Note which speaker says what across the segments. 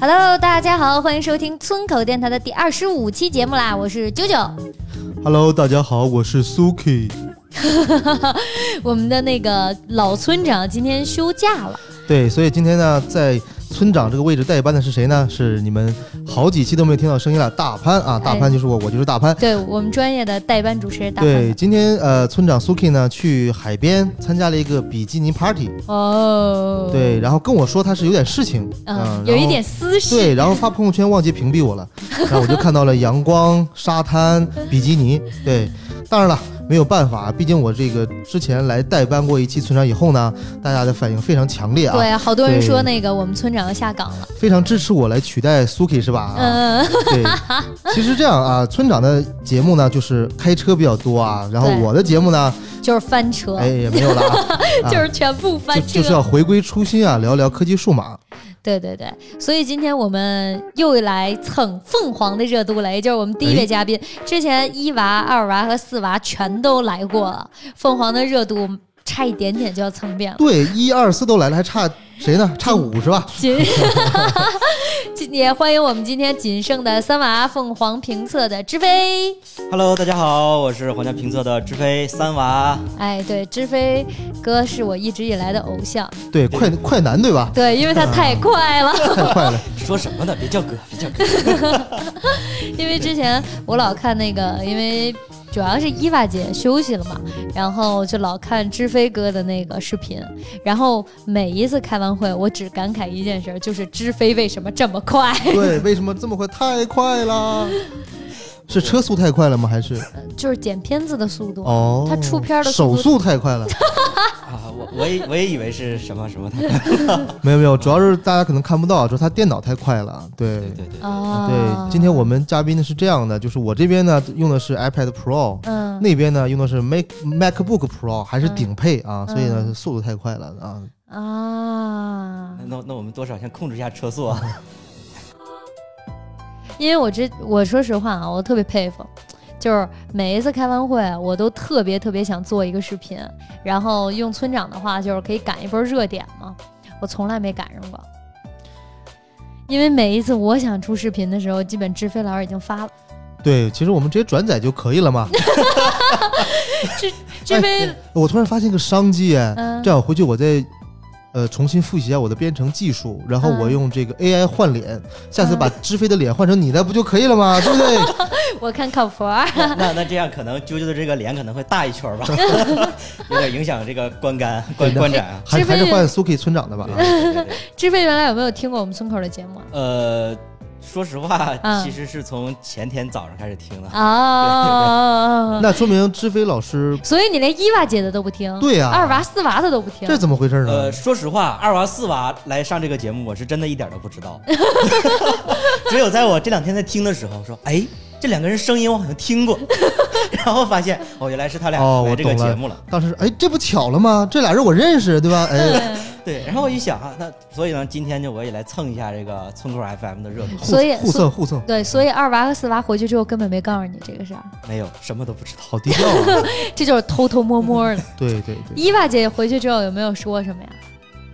Speaker 1: Hello，大家好，欢迎收听村口电台的第二十五期节目啦！我是九九，
Speaker 2: Hello，大家好，我是 Suki。
Speaker 1: 我们的那个老村长今天休假了，
Speaker 2: 对，所以今天呢，在村长这个位置代班的是谁呢？是你们好几期都没有听到声音了，大潘
Speaker 1: 哎
Speaker 2: 啊，大潘就是我，我就是大潘。
Speaker 1: 对我们专业的代班主持人大
Speaker 2: 对，
Speaker 1: 潘
Speaker 2: 今天呃，村长 Suki 呢去海边参加了一个比基尼 party，
Speaker 1: 哦，
Speaker 2: 对，然后跟我说他是有点事情，
Speaker 1: 嗯、
Speaker 2: 嗯，
Speaker 1: 有一
Speaker 2: 然后
Speaker 1: 点私事，
Speaker 2: 对，然后发朋友圈忘记屏 蔽我了，然后我就看到了阳光、沙滩、比基尼。对，当然了，没有办法，毕竟我这个之前来代班过一期村长以后呢，大家的反应非常强烈啊，
Speaker 1: 对，好多人
Speaker 2: 对
Speaker 1: 说那个我们村长要下岗了，
Speaker 2: 非常支持我来取代 Suki 是吧？啊，
Speaker 1: 嗯，
Speaker 2: 对。其实这样啊，村长的节目呢，就是开车比较多啊，然后
Speaker 1: 对
Speaker 2: 我的节目呢，
Speaker 1: 就是翻车，，
Speaker 2: 哎，也没有了啊
Speaker 1: 就是全部
Speaker 2: 啊
Speaker 1: 翻
Speaker 2: 就
Speaker 1: 车，
Speaker 2: 就是要回归初心啊，聊聊科技数码。
Speaker 1: 对对对，所以今天我们又来蹭凤凰的热度了，也就是我们第一位
Speaker 2: 哎
Speaker 1: 嘉宾，之前一娃、二娃和四娃全都来过了，凤凰的热度差一点点就要蹭遍了。
Speaker 2: 对，一二四都来了，还差谁呢？差五是吧？
Speaker 1: 谨，今也欢迎我们今天仅剩的三娃凤凰评测的知飞。
Speaker 3: Hello，大家好，我是皇家评测的知飞三娃。
Speaker 1: 哎，对，知飞哥是我一直以来的偶像，
Speaker 2: 对，快快男 对吧？
Speaker 1: 对，因为他太快了。
Speaker 2: 太快了，
Speaker 3: 说什么呢？别叫哥，别叫哥。
Speaker 1: 因为之前我老看那个，因为主要是伊娃姐休息了嘛，然后就老看知飞哥的那个视频，然后每一次开完会，我只感慨一件事儿，就是知飞为什么这么 快？
Speaker 2: 对，为什么这么快？太 快了，是车速太快了吗？还是
Speaker 1: 就是剪片子的速度。
Speaker 2: 哦，
Speaker 1: 他出片的速
Speaker 2: 手
Speaker 1: 度
Speaker 2: 速太快 了。
Speaker 3: 啊，我我也我也以为是什么什么的。
Speaker 2: 没有没有，主要是大家可能看不到，就是他电脑太快了。对
Speaker 3: 对对对，
Speaker 1: 啊，
Speaker 2: 对，今天我们嘉宾呢是这样的，就是我这边呢用的是 iPad Pro，、
Speaker 1: 嗯，
Speaker 2: 那边呢用的是 Mac MacBook Pro，还是
Speaker 1: 嗯
Speaker 2: 顶配啊，所以呢
Speaker 1: 嗯
Speaker 2: 速度太快了啊。
Speaker 1: 啊
Speaker 3: 那，那那我们多少先控制一下车速啊？
Speaker 1: 因为我之我说实话啊，我特别佩服，就是每一次开完会，我都特别特别想做一个视频，然后用村长的话就是可以赶一波热点嘛，我从来没赶上过。因为每一次我想出视频的时候，基本知飞老师已经发了。
Speaker 2: 对，其实我们直接转载就可以了 嘛。哎
Speaker 1: 知飞，
Speaker 2: 我突然发现个商机哎，
Speaker 1: 嗯
Speaker 2: 这样回去我再。呃，重新复习一下我的编程技术，然后我
Speaker 1: 嗯
Speaker 2: 用这个 AI 换脸，下次
Speaker 1: 嗯
Speaker 2: 把知飞的脸换成你的不就可以 了吗？对不对？
Speaker 1: 我看靠谱儿。
Speaker 3: 那那那这样可能啾啾的这个脸可能会大一圈儿吧， 有点影响这个观感观观 展啊。
Speaker 2: 还
Speaker 1: 知飞
Speaker 2: 还是换 Suki 村长的吧
Speaker 3: 对。对对对
Speaker 1: 知飞原来有没有听过我们村口的节目啊？
Speaker 3: 呃，说实话，
Speaker 1: 嗯
Speaker 3: 其实是从前天早上开始听的。
Speaker 1: 啊，
Speaker 2: 那说明知飞老师
Speaker 1: 所以你连伊娃姐的都不听，
Speaker 2: 对呀
Speaker 1: 二娃四娃的都不听，
Speaker 2: 这怎么回事呢
Speaker 3: 呃，？说实话，二娃四娃来上这个节目，我是真的一点儿都不知道。 只有在我这两天在听的时候，说，哎，这两个人声音我好像听过， 然后发现哦，原来是他俩
Speaker 2: 哦，
Speaker 3: 来
Speaker 2: 我
Speaker 3: 这个
Speaker 2: 懂
Speaker 3: 节目了。。
Speaker 2: 当时哎，这不巧了吗？这俩人我认识，对吧？哎，
Speaker 1: 嗯
Speaker 3: 对，然后我一想啊，那所以呢，今天就我也来蹭一下这个村口 FM 的热度，
Speaker 2: 互
Speaker 1: 所以
Speaker 2: 互蹭互蹭，
Speaker 1: 对，所以二娃和四娃回去之后根本没告诉你这个事儿，
Speaker 3: 没有什么都不知道。
Speaker 2: 好低调啊！
Speaker 1: 这就是偷偷摸摸的。
Speaker 2: 对对对，
Speaker 1: 伊娃姐回去之后有没有说什么呀？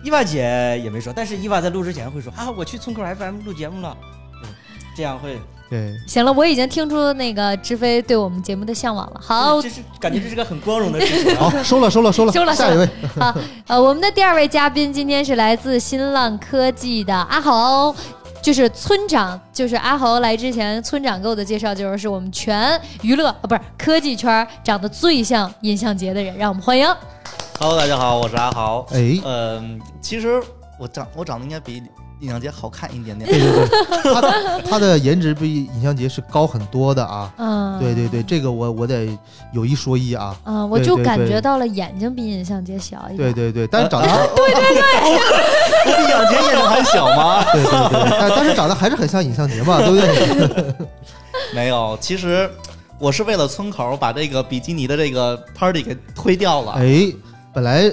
Speaker 3: 伊娃姐也没说，但是伊娃在录之前会说啊，我去村口 FM 录节目了，嗯，这样会，
Speaker 2: 对
Speaker 1: 行了，我已经听出那个知飞对我们节目的向往了。好
Speaker 3: 这，是感觉这是个很光荣的事情啊。
Speaker 2: 好，收了收了收了，
Speaker 1: 收了
Speaker 2: 下一位，
Speaker 1: 好，呃，我们的第二位嘉宾今天是来自新浪科技的阿豪。就是村长，就是阿豪来之前，村长给我的介绍就是是我们全娱乐啊，不是科技圈长得最像尹相杰的人，让我们欢迎。
Speaker 4: Hello，大家好，我是阿豪。
Speaker 2: 哎，
Speaker 4: 嗯、其实我长我长得应该比
Speaker 3: 尹相杰好看一点 点。
Speaker 2: 对对对，他的他的颜值比尹相杰是高很多的啊。
Speaker 1: 嗯，
Speaker 2: 对对对，这个我我得有一说一啊。
Speaker 1: 嗯，我
Speaker 2: 对
Speaker 1: 就
Speaker 2: 对
Speaker 1: 感
Speaker 2: 对
Speaker 1: 觉到了眼睛比尹相杰小一点。
Speaker 2: 对对对，但是长得
Speaker 1: 啊
Speaker 2: 还
Speaker 3: 我比杨杰眼睛还小吗？
Speaker 2: 对对对，但但是长得还是很像尹相杰嘛，对不对？
Speaker 4: 没有，其实我是为了村口把这个比基尼的这个 party 给推掉了。
Speaker 2: 哎，本来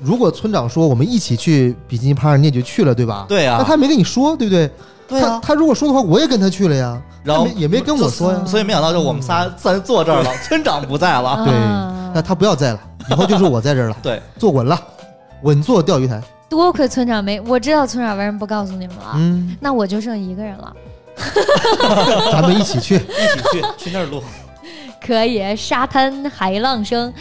Speaker 2: 如果村长说我们一起去比基尼趴，你也就去了，对吧？
Speaker 4: 对啊
Speaker 2: 那他没跟你说，对不对？
Speaker 4: 对啊
Speaker 2: 他他如果说的话，我也跟他去了呀，
Speaker 4: 然后
Speaker 2: 他没也没跟我说呀
Speaker 4: 所。所以没想到就我们仨咱坐这儿
Speaker 3: 嗯
Speaker 4: 了，村长不在了。
Speaker 2: 对
Speaker 1: 啊
Speaker 2: 那他不要在了，以后就是我在这儿了，
Speaker 4: 对，
Speaker 2: 坐稳了，稳坐钓鱼台。
Speaker 1: 多亏村长没，我知道村长为什么不告诉你们了，
Speaker 2: 嗯，
Speaker 1: 那我就剩一个人了。
Speaker 2: 咱们一 起去。
Speaker 3: 一起去去那儿录，
Speaker 1: 可以，沙滩海浪声。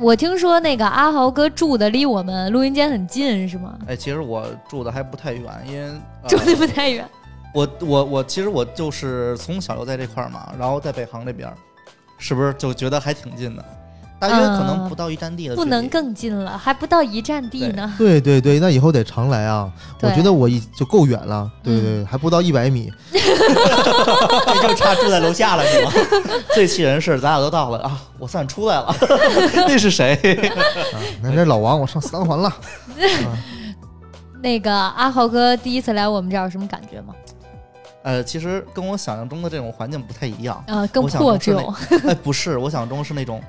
Speaker 1: 我听说那个阿豪哥住的离我们录音间很近，是吗？
Speaker 4: 哎，其实我住的还不太远，因为、呃
Speaker 1: 住的不太远。
Speaker 4: 我我我其实我就是从小就在这块儿嘛，然后在北航这边儿，是不是就觉得还挺近的？大约可
Speaker 3: 嗯
Speaker 4: 能不到一站地的距离、
Speaker 1: 不能更近了，还不到一站地呢。
Speaker 2: 对对对，那以后得常来啊。我
Speaker 1: 对
Speaker 2: 觉得我已就够远了，对对，对还不到一百米。
Speaker 3: 这就差住在楼下了是吗？
Speaker 4: 最气人是咱俩都到了啊，我算出来了， 那是谁？
Speaker 2: 啊，那这老王，我上三环了。
Speaker 1: 那个阿豪哥第一次来我们这儿有什么感觉吗？
Speaker 4: 呃，其实跟我想象中的这种环境不太一样。
Speaker 1: 呃，更
Speaker 4: 我想
Speaker 1: 破
Speaker 4: 说是那
Speaker 1: 旧。
Speaker 4: 哎，不是，我想中是那种，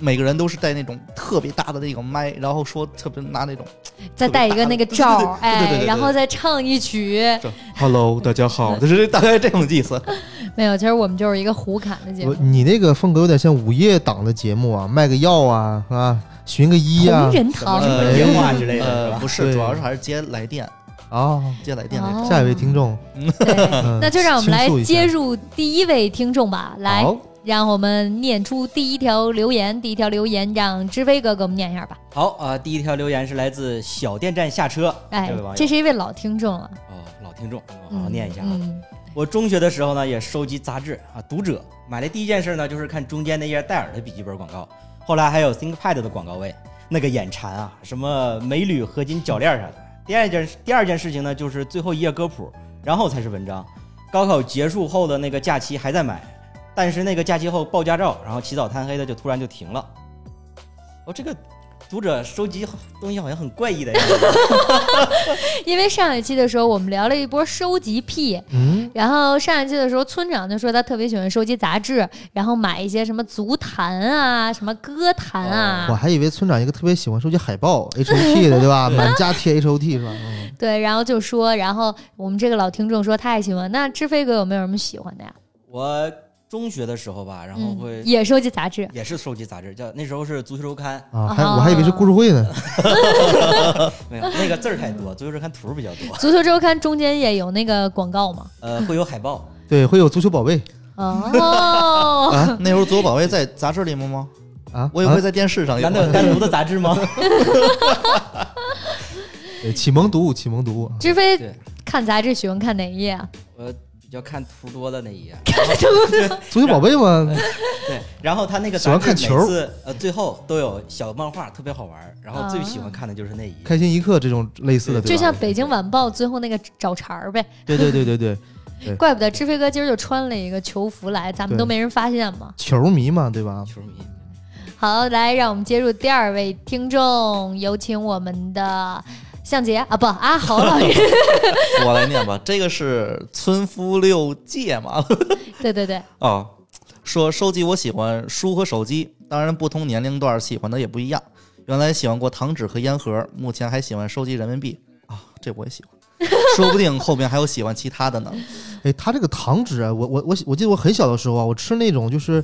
Speaker 4: 每个人都是带那种特别大的那个麦，然后说特别拿那种，
Speaker 1: 再戴一个那个罩
Speaker 4: 对对对
Speaker 1: 儿，
Speaker 4: 对对对对对对
Speaker 1: 哎，然后再唱一曲。
Speaker 4: Hello，大家好， 就是大概这种意思。
Speaker 1: 没有，其实我们就是一个胡侃的节
Speaker 2: 我
Speaker 1: 目，
Speaker 2: 你那个风格有点像午夜档的节目啊，卖个药啊啊，寻个医
Speaker 1: 同
Speaker 2: 啊
Speaker 1: 仁
Speaker 4: 什
Speaker 1: 堂
Speaker 4: 么
Speaker 3: 呃，
Speaker 4: 什
Speaker 3: 电
Speaker 4: 么
Speaker 3: 话之类的是
Speaker 4: 呃，
Speaker 3: 吧？
Speaker 4: 不
Speaker 2: 对
Speaker 4: 是，主要是还是接来电，
Speaker 2: 啊。
Speaker 4: 接来电那种。
Speaker 1: 哦
Speaker 2: 下一位听众，
Speaker 1: 对
Speaker 2: 嗯
Speaker 1: 那就让我们来
Speaker 2: 倾诉一下
Speaker 1: 接入第一位听众吧，来，
Speaker 2: 好
Speaker 1: 让我们念出第一条留言。第一条留言让知飞哥给我们念一下吧。
Speaker 3: 好啊、呃第一条留言是来自小电站下车，
Speaker 1: 哎
Speaker 3: 这位网，友
Speaker 1: 这是一位老听众了，
Speaker 3: 哦，老听众，我
Speaker 1: 嗯
Speaker 3: 好好念一下啊。
Speaker 1: 嗯，
Speaker 3: 我中学的时候呢，也收集杂志啊，《读者》买的第一件事呢，就是看中间那页戴尔的笔记本广告，后来还有 ThinkPad 的广告位，那个眼馋啊，什么镁铝合金铰链啥的。第二件第二件事情呢，就是最后一页歌谱，然后才是文章。高考结束后的那个假期还在买，但是那个假期后报驾照，然后起早贪黑的就突然就停了。哦，这个读者收集东西好像很怪异的样子。
Speaker 1: 因为上一期的时候我们聊了一波收集癖，
Speaker 2: 嗯，
Speaker 1: 然后上一期的时候村长就说他特别喜欢收集杂志，然后买一些什么足坛啊、什么歌坛
Speaker 3: 哦
Speaker 1: 啊，
Speaker 2: 我还以为村长一个特别喜欢收集海报 H O T 的，对 吧？
Speaker 3: 对
Speaker 2: 满家贴 H O T 是吧？嗯
Speaker 1: 对，然后就说，然后我们这个老听众说他也喜欢，那知飞哥有没有什么喜欢的呀？
Speaker 3: 我中学的时候吧，然后
Speaker 1: 嗯
Speaker 3: 会
Speaker 1: 也收集杂志，
Speaker 3: 也是收集杂志，叫那时候是《足球周刊
Speaker 2: 啊，还
Speaker 1: 啊
Speaker 2: 我还以为是故事会呢。》，
Speaker 3: 没有那个字儿太多，《足球周刊》图儿比较多，
Speaker 1: 《足球周刊》中间也有那个广告嘛？
Speaker 3: 呃，会有海报，
Speaker 2: 对，会有足球宝贝
Speaker 1: 哦，
Speaker 4: 啊， 那时候左宝卫在杂志里面吗？
Speaker 2: 啊，
Speaker 4: 哎我也会
Speaker 2: 啊
Speaker 4: 在电视上有
Speaker 3: 难道有单独的杂志吗？
Speaker 2: 对启蒙读物，启蒙读物啊。
Speaker 1: 知飞
Speaker 3: 对，
Speaker 1: 看杂志喜欢看哪一页啊？
Speaker 3: 我比较看图多的那一页，
Speaker 2: 足球宝贝嘛，
Speaker 3: 对，然后他那个
Speaker 2: 喜欢
Speaker 3: 杂
Speaker 2: 看
Speaker 3: 志
Speaker 2: 球
Speaker 3: 每次呃最后都有小漫画，特别好玩儿，然后最喜欢看的就是那一页。
Speaker 2: 开心一刻这种类似的，
Speaker 1: 就
Speaker 2: 对吧？
Speaker 1: 像《北京晚报》最后那个找茬儿呗，
Speaker 2: 对对对对对，
Speaker 1: 怪不得知飞哥今儿就穿了一个球服来，咱们
Speaker 2: 对
Speaker 1: 都没人发现嘛。
Speaker 2: 球迷嘛，对吧？
Speaker 3: 球迷，
Speaker 1: 好，来，让我们接入第二位听众，有请我们的向杰啊，不，阿豪 老师。
Speaker 4: 我来念吧，这个是村夫六戒嘛？
Speaker 1: 对对对，
Speaker 4: 啊， 说收集我喜欢书和手机，当然不同年龄段喜欢的也不一样。原来喜欢过糖纸和烟盒，目前还喜欢收集人民币啊，这我也喜欢， 说不定后面还有喜欢其他的呢。
Speaker 2: 哎，他这个糖纸啊，我我我我记得我很小的时候啊，我吃那种就是，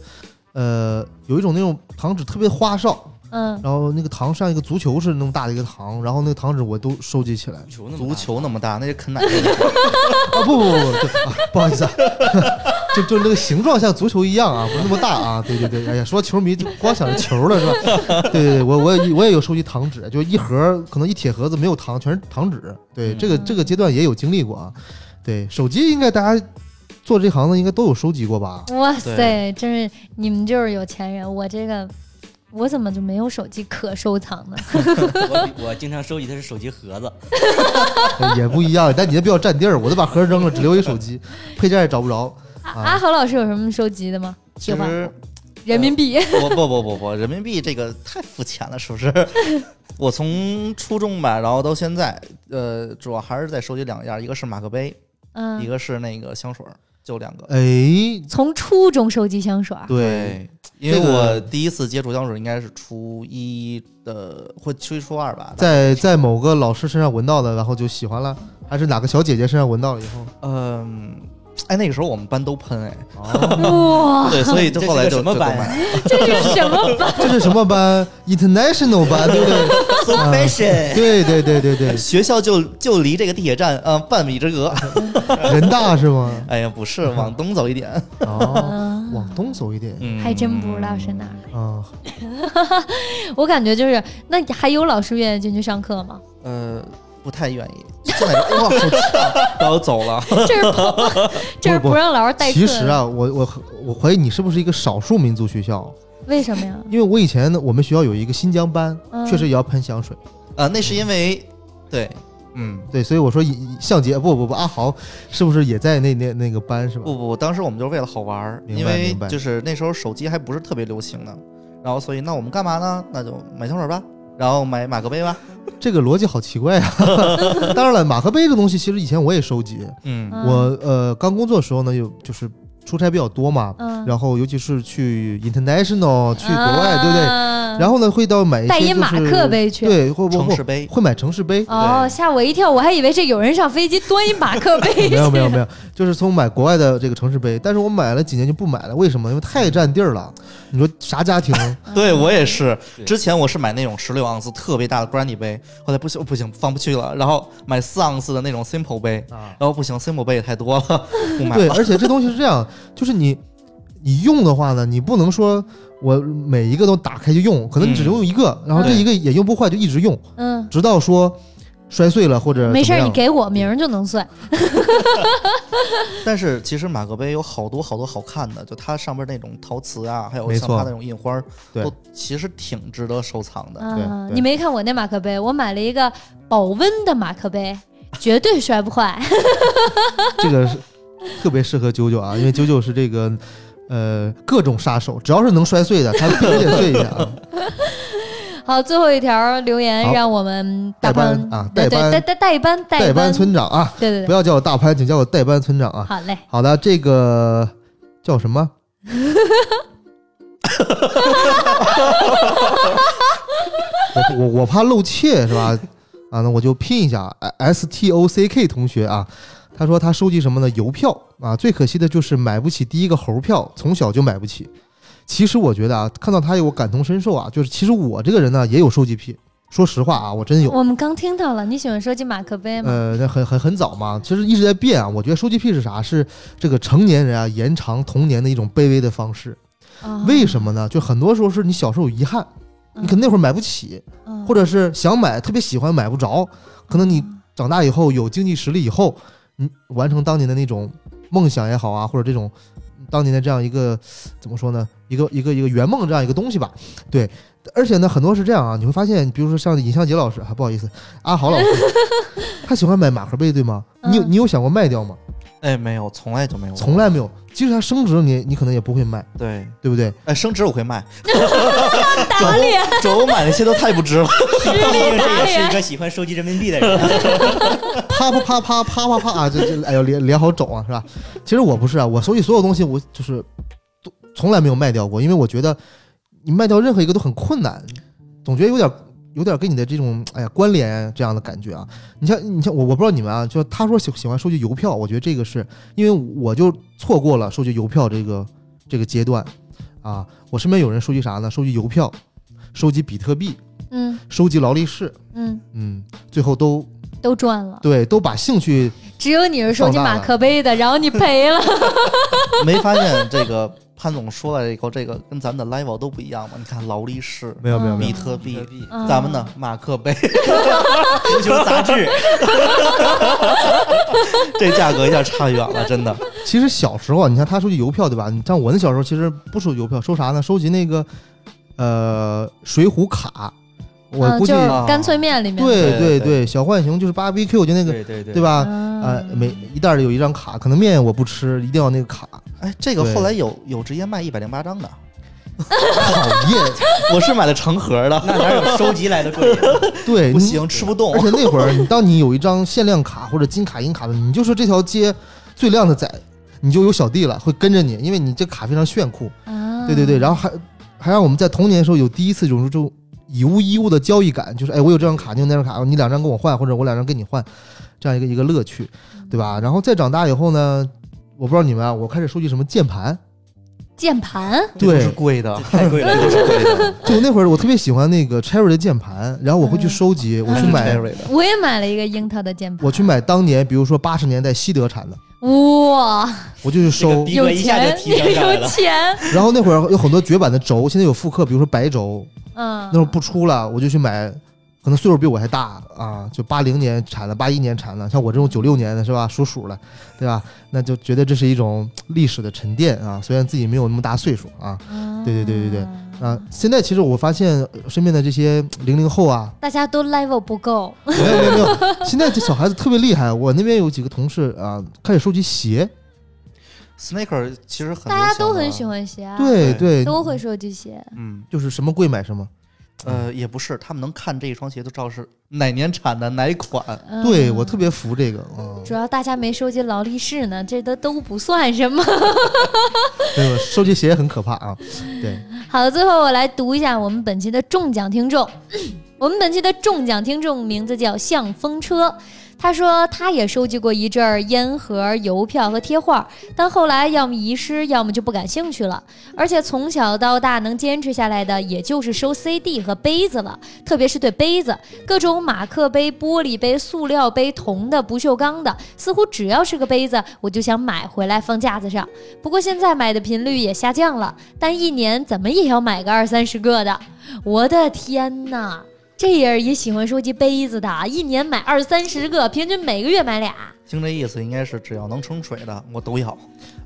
Speaker 2: 呃，有一种那种糖纸特别花哨，
Speaker 1: 嗯，
Speaker 2: 然后那个糖像一个足球似的那么大的一个糖，然后那个糖纸我都收集起来。
Speaker 3: 足球那么
Speaker 4: 足
Speaker 3: 大
Speaker 4: 球那么大，那是啃奶的。
Speaker 2: 啊不不不不对啊，不好意思啊，就就那个形状像足球一样啊，不是那么大啊。对对对，哎呀，说球迷就光想着球了是吧？ 对对对，我我也我也有收集糖纸，就一盒可能一铁盒子没有糖，全是糖纸。对，
Speaker 4: 嗯
Speaker 2: 这个这个阶段也有经历过啊。对，手机应该大家做这行的应该都有收集过吧？
Speaker 1: 哇塞，真是你们就是有钱人，我这个我怎么就没有手机可收藏呢？
Speaker 3: 我我经常收集的是手机盒子，
Speaker 2: 哎也不一样。但你那比较占地儿，我都把盒扔了，只留一手机，配件也找不着。
Speaker 1: 阿
Speaker 2: 啊
Speaker 1: 阿豪老师有什么收集的吗？
Speaker 4: 其
Speaker 1: 有吧
Speaker 4: 实
Speaker 1: 人民币，
Speaker 4: 我不不不不，人民币这个太肤浅了，是不 是？我从初中吧，然后到现在，呃，主要还是在收集两样，一个是马克杯，一
Speaker 1: 嗯，
Speaker 4: 个是那个香水儿，就两个。
Speaker 2: 哎，
Speaker 1: 从初中收集香水儿，
Speaker 2: 对，，
Speaker 4: 因为
Speaker 2: 这个
Speaker 4: 我第一次接触香水儿应该是初一的，或初一初二吧。
Speaker 2: 在在某个老师身上闻到的，然后就喜欢了，还是哪个小姐姐身上闻到了以后，
Speaker 4: 嗯，哎，那个时候我们班都喷哎，
Speaker 2: 哦
Speaker 1: 哇，
Speaker 4: 对，所以就
Speaker 3: 这
Speaker 4: 是后来
Speaker 3: 个
Speaker 4: 就
Speaker 3: 什么
Speaker 4: 就都
Speaker 3: 班
Speaker 4: 买了
Speaker 1: 这是什么版？
Speaker 2: 这是什么班？International 班，对不对？
Speaker 3: ，so fashion。
Speaker 2: 对对对对对，
Speaker 4: 学校就就离这个地铁站呃半米之 隔。
Speaker 2: 人大是吗？
Speaker 4: 哎呀，不是，往东走一点。
Speaker 2: 哦，
Speaker 1: 啊
Speaker 2: 往东走一点
Speaker 4: 嗯，
Speaker 1: 还真不知道是哪儿。
Speaker 2: 啊，
Speaker 1: 我感觉就是，那还有老师愿意进去上课 吗？
Speaker 4: 呃，不太愿意，进来就哇，好 呛然后走了。
Speaker 1: 这是不，这是
Speaker 2: 不
Speaker 1: 不让老师代课。
Speaker 2: 其实，啊，我我我怀疑你是不是一个少数民族学校，
Speaker 1: 为什么呀？
Speaker 2: 因为我以前呢，我们学校有一个新疆班，
Speaker 1: 嗯
Speaker 2: 确实也要喷香水。
Speaker 4: 呃，那是因为，对，嗯，
Speaker 2: 对，所以我说以以向杰不不不阿豪是不是也在那那那个班是
Speaker 1: 嗯
Speaker 2: 吧？
Speaker 4: 不不，当时我们就是为了好玩儿，
Speaker 2: 明白
Speaker 4: 因为
Speaker 2: 明白
Speaker 4: 就是那时候手机还不是特别流行呢，然后所以那我们干嘛呢？那就买香水吧，然后买马克杯吧，
Speaker 2: 这个逻辑好奇 怪啊！当然了，马克杯这个东西其实以前我也收集，
Speaker 4: 嗯
Speaker 1: 嗯
Speaker 2: 我呃刚工作的时候呢，有就是出差比较多嘛，
Speaker 1: 嗯，
Speaker 2: 然后尤其是去 international 去国外，对不对？
Speaker 1: 对
Speaker 2: 然后呢，会到买一些、就
Speaker 1: 带
Speaker 2: 是、
Speaker 1: 一啊马克杯去。
Speaker 2: 对，会不
Speaker 4: 城市
Speaker 2: 会
Speaker 4: 杯，
Speaker 2: 会买城市杯？
Speaker 1: 哦，
Speaker 4: 对
Speaker 1: 吓我一跳，我还以为这有人上飞机端一马克杯去。
Speaker 2: 没有没有没有，就是从买国外的这个城市杯，但是我买了几年就不买了，为什么？因为太占地儿了。你说啥家庭？
Speaker 4: 嗯对我也是，
Speaker 3: 对
Speaker 4: 之前我是买那种十六盎司特别大的 Granny 杯，后来不行不行放不去了，然后买四盎司的那种 Simple 杯，
Speaker 2: 啊
Speaker 4: 然后不行 Simple 杯也太多了，不买
Speaker 2: 对，
Speaker 4: 了。
Speaker 2: 而且这东西是这样，就是你你用的话呢，你不能说我每一个都打开就用，
Speaker 4: 嗯
Speaker 2: 可能你只能用一个，然后这一个也用不坏就一直用，
Speaker 1: 嗯，
Speaker 2: 直到说摔碎了或者
Speaker 1: 没事
Speaker 2: 呃怎
Speaker 1: 儿，你
Speaker 2: 么样
Speaker 1: 给我名儿就能算。
Speaker 4: 但是其实马克杯有好多好多好看的，就它上面那种陶瓷啊，还有
Speaker 2: 没
Speaker 4: 像它
Speaker 2: 错
Speaker 4: 那种印花儿，
Speaker 2: 对
Speaker 4: 都其实挺值得收藏的。
Speaker 1: 啊，
Speaker 2: 对
Speaker 1: 你没看我那马克杯，我买了一个保温的马克杯，绝对摔不坏。
Speaker 2: 这个是特别适合九九啊，因为九九是这个呃各种杀手，只要是能摔碎的，他必须得碎一下啊。
Speaker 1: 好，最后一条留言
Speaker 2: 好
Speaker 1: 让我们大
Speaker 2: 代班
Speaker 1: 潘
Speaker 2: 啊
Speaker 1: 对
Speaker 2: 代班
Speaker 1: 对代代代班
Speaker 2: 代班
Speaker 1: 班，
Speaker 2: 村长啊，
Speaker 1: 对对
Speaker 2: 不
Speaker 1: 对，
Speaker 2: 要叫我大潘，请叫我代班村长啊。
Speaker 1: 好嘞，
Speaker 2: 好的，这个叫什么？ 我我我怕露怯是吧？啊，那我就拼一下啊，S T O C K 同学啊，他说他收集什么呢？邮票啊，最可惜的就是买不起第一个猴票，从小就买不起。其实我觉得啊，看到他有我感同身受啊，就是其实我这个人呢也有收集癖，说实话啊，我真有。
Speaker 1: 我们刚听到了，你喜欢收集马克杯吗？
Speaker 2: 呃，那很很很早嘛，其实一直在变啊。我觉得收集癖是啥？是这个成年人啊延长童年的一种卑微的方式。
Speaker 1: 啊
Speaker 2: 呃为什么呢？就很多时候是你小时候有遗憾，你可能那会儿买不起，
Speaker 1: 嗯
Speaker 2: 或者是想买特别喜欢买不着，可能你长大以后有经济实力以后，你完成当年的那种梦想也好啊，或者这种当年的这样一个怎么说呢，一个一个一个圆梦这样一个东西吧。对，而且呢，很多是这样啊，你会发现，比如说像尹相杰老师，啊，不好意思，阿豪老师，他喜欢买马克杯，对吗？你有
Speaker 1: 嗯
Speaker 2: 你有想过卖掉吗？
Speaker 4: 哎，没有，从来就没有。
Speaker 2: 从来没有。即使它升值了，你你可能也不会卖，
Speaker 4: 对，
Speaker 2: 对不对？
Speaker 4: 哎，升值我会卖，
Speaker 1: 打脸，
Speaker 4: 主要我买那些都太不值了。
Speaker 3: 毕竟 这也是一个喜欢收集人民币的人，
Speaker 2: 啪啪啪啪啪啪啪啊！这这哎呦脸脸好肿啊，是吧？其实我不是啊，我手里所有东西我就是都从来没有卖掉过，因为我觉得你卖掉任何一个都很困难，总觉得有点有点跟你的这种哎呀关联这样的感觉啊。你像你像我我不知道你们啊，就他说喜喜欢收集邮票，我觉得这个是因为我就错过了收集邮票这个这个阶段啊。我身边有人收集啥呢？收集邮票，收集比特币，
Speaker 1: 嗯
Speaker 2: 收集劳力士，
Speaker 1: 嗯，
Speaker 2: 嗯，最后都
Speaker 1: 都赚了，
Speaker 2: 对都把兴趣。
Speaker 1: 只有你是收集马克杯的，然后你赔了。
Speaker 4: 没发现这个潘总说了以后，这个跟咱们的 level 都不一样吗？你看劳力士、
Speaker 2: 没有没有没
Speaker 4: 比
Speaker 2: 有，
Speaker 4: 特币，
Speaker 1: 嗯
Speaker 4: 咱们呢马克 杯，
Speaker 3: 足球杂志，
Speaker 4: 这价格一下差远了，真的。
Speaker 2: 其实小时候啊，你看他收集邮票对吧？你像我那小时候其实不收邮票，收啥呢？收集那个呃《水浒卡》，我
Speaker 1: 嗯，
Speaker 2: 估计、
Speaker 1: 就是
Speaker 4: 啊
Speaker 1: 干脆面里面的
Speaker 2: 对
Speaker 4: 对对
Speaker 2: 对对，小浣熊就是 BBQ 就那个
Speaker 3: 对对对
Speaker 2: 对？吧？
Speaker 1: 啊
Speaker 2: 啊，每一袋里有一张卡，可能面我不吃，一定要那个 卡。
Speaker 4: 哎，这个
Speaker 2: 对
Speaker 4: 后来有有直接卖一百零八张的，
Speaker 2: 讨厌，
Speaker 4: 我是买的成盒的，
Speaker 3: 那哪有收集来的贵？
Speaker 2: 对，
Speaker 4: 不
Speaker 2: 你
Speaker 4: 行，吃不动
Speaker 2: 而。且那会儿，你当你有一张限量卡或者金卡、银卡的，你就说这条街最靓的仔，你就有小弟了，会跟着你，因为你这卡非常炫酷。
Speaker 1: 啊，
Speaker 2: 对对对，然后还还让我们在童年的时候有第一次这种这种以物易物的交易感，就是哎，我有这张卡，你有那张卡，你两张跟我换，或者我两张跟你换，这样一个一个乐趣，对吧？然后再长大以后呢，我不知道你们啊，我开始收集什么键盘，
Speaker 1: 键盘
Speaker 4: 这都
Speaker 2: 对
Speaker 4: 是，贵的
Speaker 3: 这，太贵了，
Speaker 4: 这都是 贵的。
Speaker 2: 就那会儿我特别喜欢那个 Cherry 的键盘，然后我会去
Speaker 1: 嗯
Speaker 2: 收集，我去
Speaker 4: 是
Speaker 2: 买，
Speaker 4: Cherry 的
Speaker 1: 我也买了一个樱桃的键盘，
Speaker 2: 我去买当年比如说八十年代西德产的，
Speaker 1: 哇，
Speaker 2: 我就去
Speaker 3: 这个
Speaker 2: 收。
Speaker 3: 逼
Speaker 1: 有
Speaker 3: 格一下就
Speaker 1: 钱
Speaker 3: 提升上来
Speaker 1: 有
Speaker 3: 了。
Speaker 1: 钱，
Speaker 2: 然后那会儿有很多绝版的轴，现在有复刻，比如说白轴，
Speaker 1: 嗯，
Speaker 2: 那会儿不出了，我就去买。可能岁数比我还大啊，就八零年产的，八一年产的，像我这种九六年的是吧，属鼠的，对吧？那就觉得这是一种历史的沉淀啊，虽然自己没有那么大岁数啊
Speaker 1: 啊
Speaker 2: 对对对对啊。现在其实我发现呃身边的这些零零后啊，
Speaker 1: 大家都 level 不够，
Speaker 2: 没有没有没有，现在这小孩子特别厉害。我那边有几个同事啊，开始收集鞋，
Speaker 4: Sneaker 其实很
Speaker 1: 大家都很喜
Speaker 4: 喜欢。
Speaker 1: 欢鞋啊，
Speaker 2: 对对，
Speaker 1: 都会收集鞋。
Speaker 4: 嗯，
Speaker 2: 就是什么贵买什么。
Speaker 4: 呃，也不是，他们能看这一双鞋就知道是哪年产的哪一款。
Speaker 1: 嗯
Speaker 2: 对我特别服这个，嗯，
Speaker 1: 主要大家没收集劳力士呢，这都都不算什么。
Speaker 2: 对，我收集鞋很可怕啊。对，
Speaker 1: 好，最后我来读一下我们本期的中奖听众。 我们本期的中奖听众名字叫向风车，他说他也收集过一阵儿烟盒、邮票和贴画，但后来要么遗失，要么就不感兴趣了。而且从小到大能坚持下来的，也就是收 CD 和杯子了，特别是对杯子，各种马克杯、玻璃杯、塑料杯、铜的、不锈钢的，似乎只要是个杯子，我就想买回来放架子上。不过现在买的频率也下降了，但一年怎么也要买个二三十个的。我的天呐，这人也喜欢收集杯子的，一年买二三十个，平均每个月买俩。
Speaker 4: 听这意思，应该是只要能冲水的我都要。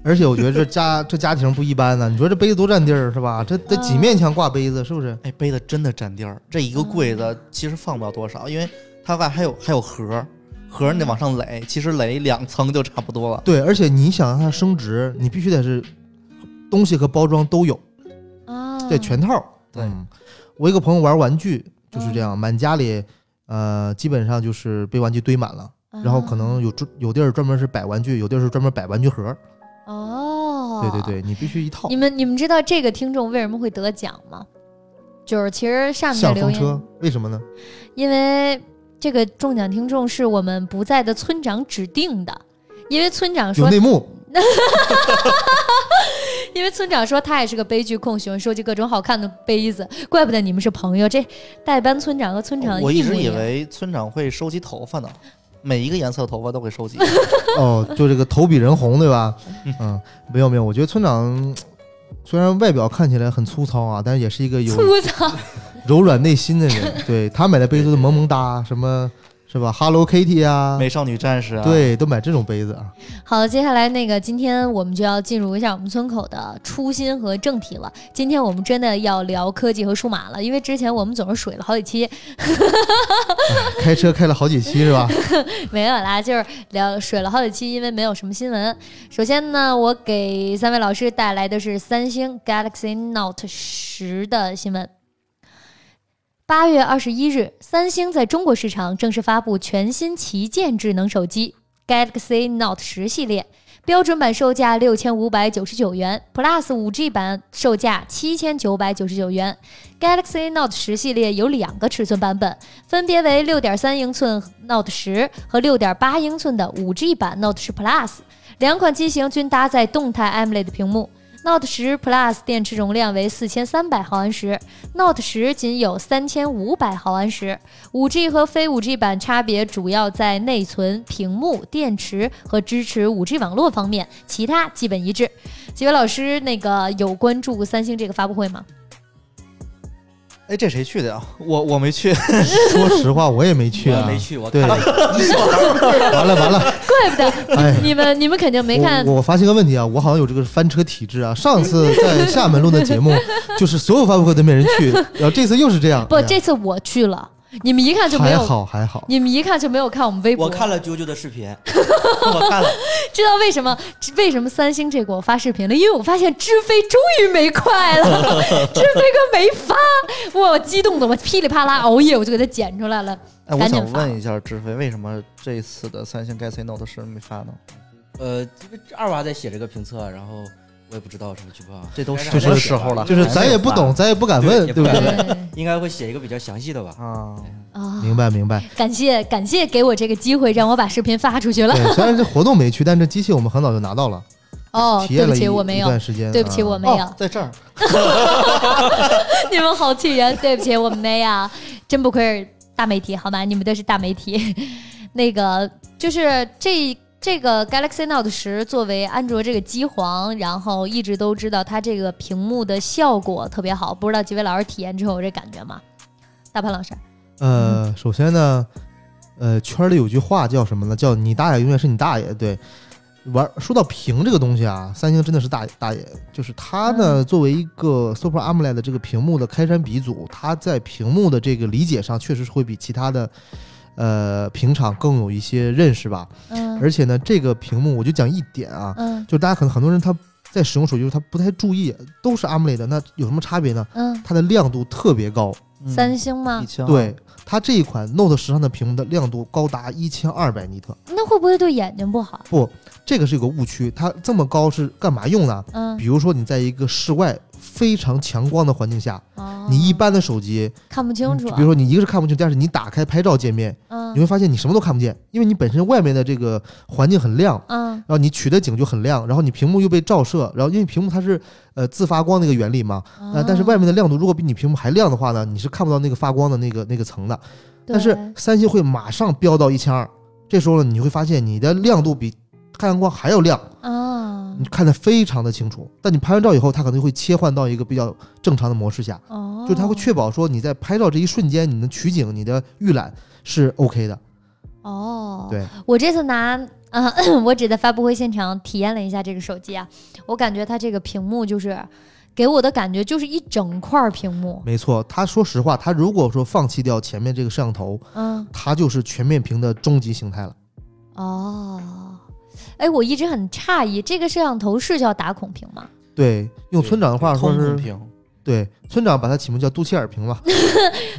Speaker 2: 而且我觉得这家 这家庭不一般呢、你说这杯子多占地儿是吧？这
Speaker 1: 嗯
Speaker 2: 得几面墙挂杯子是不是？
Speaker 4: 哎，杯子真的占地儿，这一个柜
Speaker 1: 嗯
Speaker 4: 子其实放不了多少，因为它外还有还有盒儿，盒儿你得往上垒，其实垒两层就差不多了。
Speaker 2: 对，而且你想让它升值，你必须得是东西和包装都有，
Speaker 1: 啊，
Speaker 2: 对，全套。
Speaker 4: 对
Speaker 2: 嗯我一个朋友玩玩具就是
Speaker 1: 嗯
Speaker 2: 这样，满家里呃基本上就是被玩具堆满了，
Speaker 1: 嗯
Speaker 2: 然后可能有专有地儿专门是摆玩具，有地儿是专门摆玩具盒。
Speaker 1: 哦，
Speaker 2: 对对。对，你必须一套
Speaker 1: 你。们你们知道这个听众为什么会得奖吗？就是其实上面
Speaker 2: 像
Speaker 1: 的留
Speaker 2: 风
Speaker 1: 言
Speaker 2: 车，为什么呢？
Speaker 1: 因为这个中奖听众是我们不在的村长指定的，因为村长
Speaker 2: 有
Speaker 1: 说，
Speaker 2: 内幕。
Speaker 1: 因为村长说他也是个悲剧控，喜欢收集各种好看的杯子，怪不得你们是朋友。这代班村长和村长
Speaker 4: 我
Speaker 1: 一
Speaker 4: 一
Speaker 1: 模
Speaker 4: 直
Speaker 1: 一
Speaker 4: 以
Speaker 1: 样
Speaker 4: 为村长会收集头发呢，每一个颜色的头发都会 收集。
Speaker 2: 哦，就这个头比人红，对吧？嗯，没有没有，我觉得村长虽然外表看起来很粗糙啊，但是也是一个有
Speaker 1: 粗糙，
Speaker 2: 柔软内心的人。对他买的杯子都萌萌哒，什么是吧？Hello Kitty 啊，
Speaker 4: 美少女战士啊，，
Speaker 2: 对，都买这种杯子啊。
Speaker 1: 好，接下来那个，今天我们就要进入一下我们村口的初心和正题了。今天我们真的要聊科技和数码了，因为之前我们总是水了好几期，
Speaker 2: 开车开了好几期是吧？
Speaker 1: 没有啦，就是聊水了好几期，因为没有什么新闻。首先呢，我给三位老师带来的是三星 Galaxy Note 十的新闻。八月二十一日，三星在中国市场正式发布全新旗舰智能手机 Galaxy Note 十系列，标准版售价六千五百九十九元，Plus 五 G 版售价七千九百九十九元。Galaxy Note 十系列有两个尺寸版本，分别为六点三英寸 Note 十和六点八英寸的五 G 版 Note 十 Plus，两款机型均搭载动态 AMOLED 屏幕。Note 十 Plus 电池容量为四千三百毫安时，Note 十仅有三千五百毫安时。五 G 和非五 G 版差别主要在内存、屏幕、电池和支持五 G 网络方面，其他基本一致。几位老师，那个有关注三星这个发布会吗？
Speaker 4: 哎，这谁去的呀？ 我我没去，
Speaker 2: 说实话，我也没去
Speaker 3: 我
Speaker 2: 啊，
Speaker 3: 没去，我
Speaker 2: 对，
Speaker 3: 看了
Speaker 2: 完了完了，
Speaker 1: 怪不得
Speaker 2: 哎。
Speaker 1: 你们你们肯定没看
Speaker 2: 我。我发现个问题啊，我好像有这个翻车体质啊。上次在厦门录的 节目，就是所有发布会都没人去，然后这次又是这样。
Speaker 1: 不
Speaker 2: 哎，呀
Speaker 1: 这次我去了，你们一看就没
Speaker 2: 还
Speaker 1: 有，
Speaker 2: 好还好，
Speaker 1: 你们一看就没有看我们微博。
Speaker 3: 我看了啾啾的视频，我看了，
Speaker 1: 知道为什么为什么三星这给我发视频了？因为我发现知飞终于没快 了，知飞哥没发，我激动的我噼里啪啦熬夜我就给它剪出来了。
Speaker 4: 哎，我
Speaker 1: 赶紧
Speaker 4: 想
Speaker 1: 发
Speaker 4: 问一下志飞，为什么这次的三星 Galaxy Note 十没发呢？
Speaker 3: 呃，这个这二娃在写这个评测，然后我也不知道什么情况，
Speaker 4: 这都
Speaker 3: 是
Speaker 4: 什么时候了？
Speaker 2: 就是咱也不懂，咱也不敢问，
Speaker 3: 对也
Speaker 2: 对不
Speaker 3: 不敢
Speaker 2: 对？
Speaker 3: 应该会写一个比较详细 的吧。
Speaker 4: 啊，
Speaker 1: 啊，
Speaker 2: 明白 明白。
Speaker 1: 感谢感谢给我这个机会，让我把视频发出去了。
Speaker 2: 对，虽然这活动没去，但这机器我们很早就拿到了，
Speaker 1: 哦，
Speaker 2: 体
Speaker 1: 对
Speaker 2: 验
Speaker 1: 不
Speaker 2: 了一
Speaker 1: 起，我没
Speaker 2: 一
Speaker 1: 有。
Speaker 2: 段时间。
Speaker 1: 对不起，
Speaker 2: 啊
Speaker 1: 我没有。
Speaker 4: 哦在这儿。
Speaker 1: 你们好气人，对不起，我们没有，真不愧是大媒体，好吗？你们都是大媒体。 那个就是这这个 Galaxy Note 十作为安卓这个机皇，然后一直都知道它这个屏幕的效果特别好，不知道几位老师体验之后有这感觉吗？大潘老师，
Speaker 2: 呃，
Speaker 1: 嗯
Speaker 2: 首先呢，呃，圈里有句话叫什么呢？叫你大爷永远是你大爷。对，玩说到屏这个东西啊，三星真的是大爷大爷，就是它呢、
Speaker 1: 嗯
Speaker 2: 作为一个 Super AMOLED 的这个屏幕的开山鼻祖，它在屏幕的这个理解上确实是会比其他的。呃，平常更有一些认识吧，
Speaker 1: 嗯
Speaker 2: 而且呢，这个屏幕我就讲一点啊，
Speaker 1: 嗯
Speaker 2: 就大家可能很多人他在使用手机的时候他不太注意，都是 AMOLED，那有什么差别呢？
Speaker 1: 嗯，
Speaker 2: 它的亮度特别高，
Speaker 1: 三星啊吗
Speaker 4: 嗯一？千
Speaker 2: 对它这一款 Note 十上的屏幕的亮度高达一千二百尼特，
Speaker 1: 那会不会对眼睛不好？
Speaker 2: 不，这个是有个误区，它这么高是干嘛用呢？
Speaker 1: 嗯
Speaker 2: 比，如说你在一个室外非常强光的环境下，
Speaker 1: 哦
Speaker 2: 你一般的手机，
Speaker 1: 看不清楚啊
Speaker 2: 就，比如说你一个是看不清，但是你打开拍照界面，你
Speaker 1: 嗯
Speaker 2: 会发现你什么都看不见，因为你本身外面的这个环境很亮，
Speaker 1: 嗯
Speaker 2: 然后你取的景就很亮，然后你屏幕又被照射，然后因为屏幕它是呃自发光那个原理嘛，
Speaker 1: 哦
Speaker 2: 呃，但是
Speaker 1: 嗯
Speaker 2: 外面的亮度如果比你屏幕还亮的话呢，你是看不到那个发光的那个那个层的。但是
Speaker 1: 对
Speaker 2: 三星会马上飙到一千二，这时候呢，你会发现你的亮度比太阳光还要亮，
Speaker 1: 啊
Speaker 2: 你看得非常的清楚。但你拍完照以后，它可能会切换到一个比较正常的模式下，
Speaker 1: 哦，
Speaker 2: 就是它会确保说你在拍照这一瞬间，你的取景、你的预览是 OK 的。
Speaker 1: 哦，
Speaker 2: 对，
Speaker 1: 我这次拿啊、 我只在发布会现场体验了一下这个手机啊，我感觉它这个屏幕就是给我的感觉就是一整块屏幕，
Speaker 2: 没错，它说实话，它如果说放弃掉前面这个摄像头，
Speaker 1: 嗯，
Speaker 2: 它就是全面屏的终极形态了。
Speaker 1: 哦，哎，我一直很诧异，这个摄像头是叫打孔屏吗？
Speaker 2: 对，用村长的话说
Speaker 4: 通
Speaker 2: 是，
Speaker 4: 屏，
Speaker 2: 对，村长把它起名叫肚脐眼屏嘛。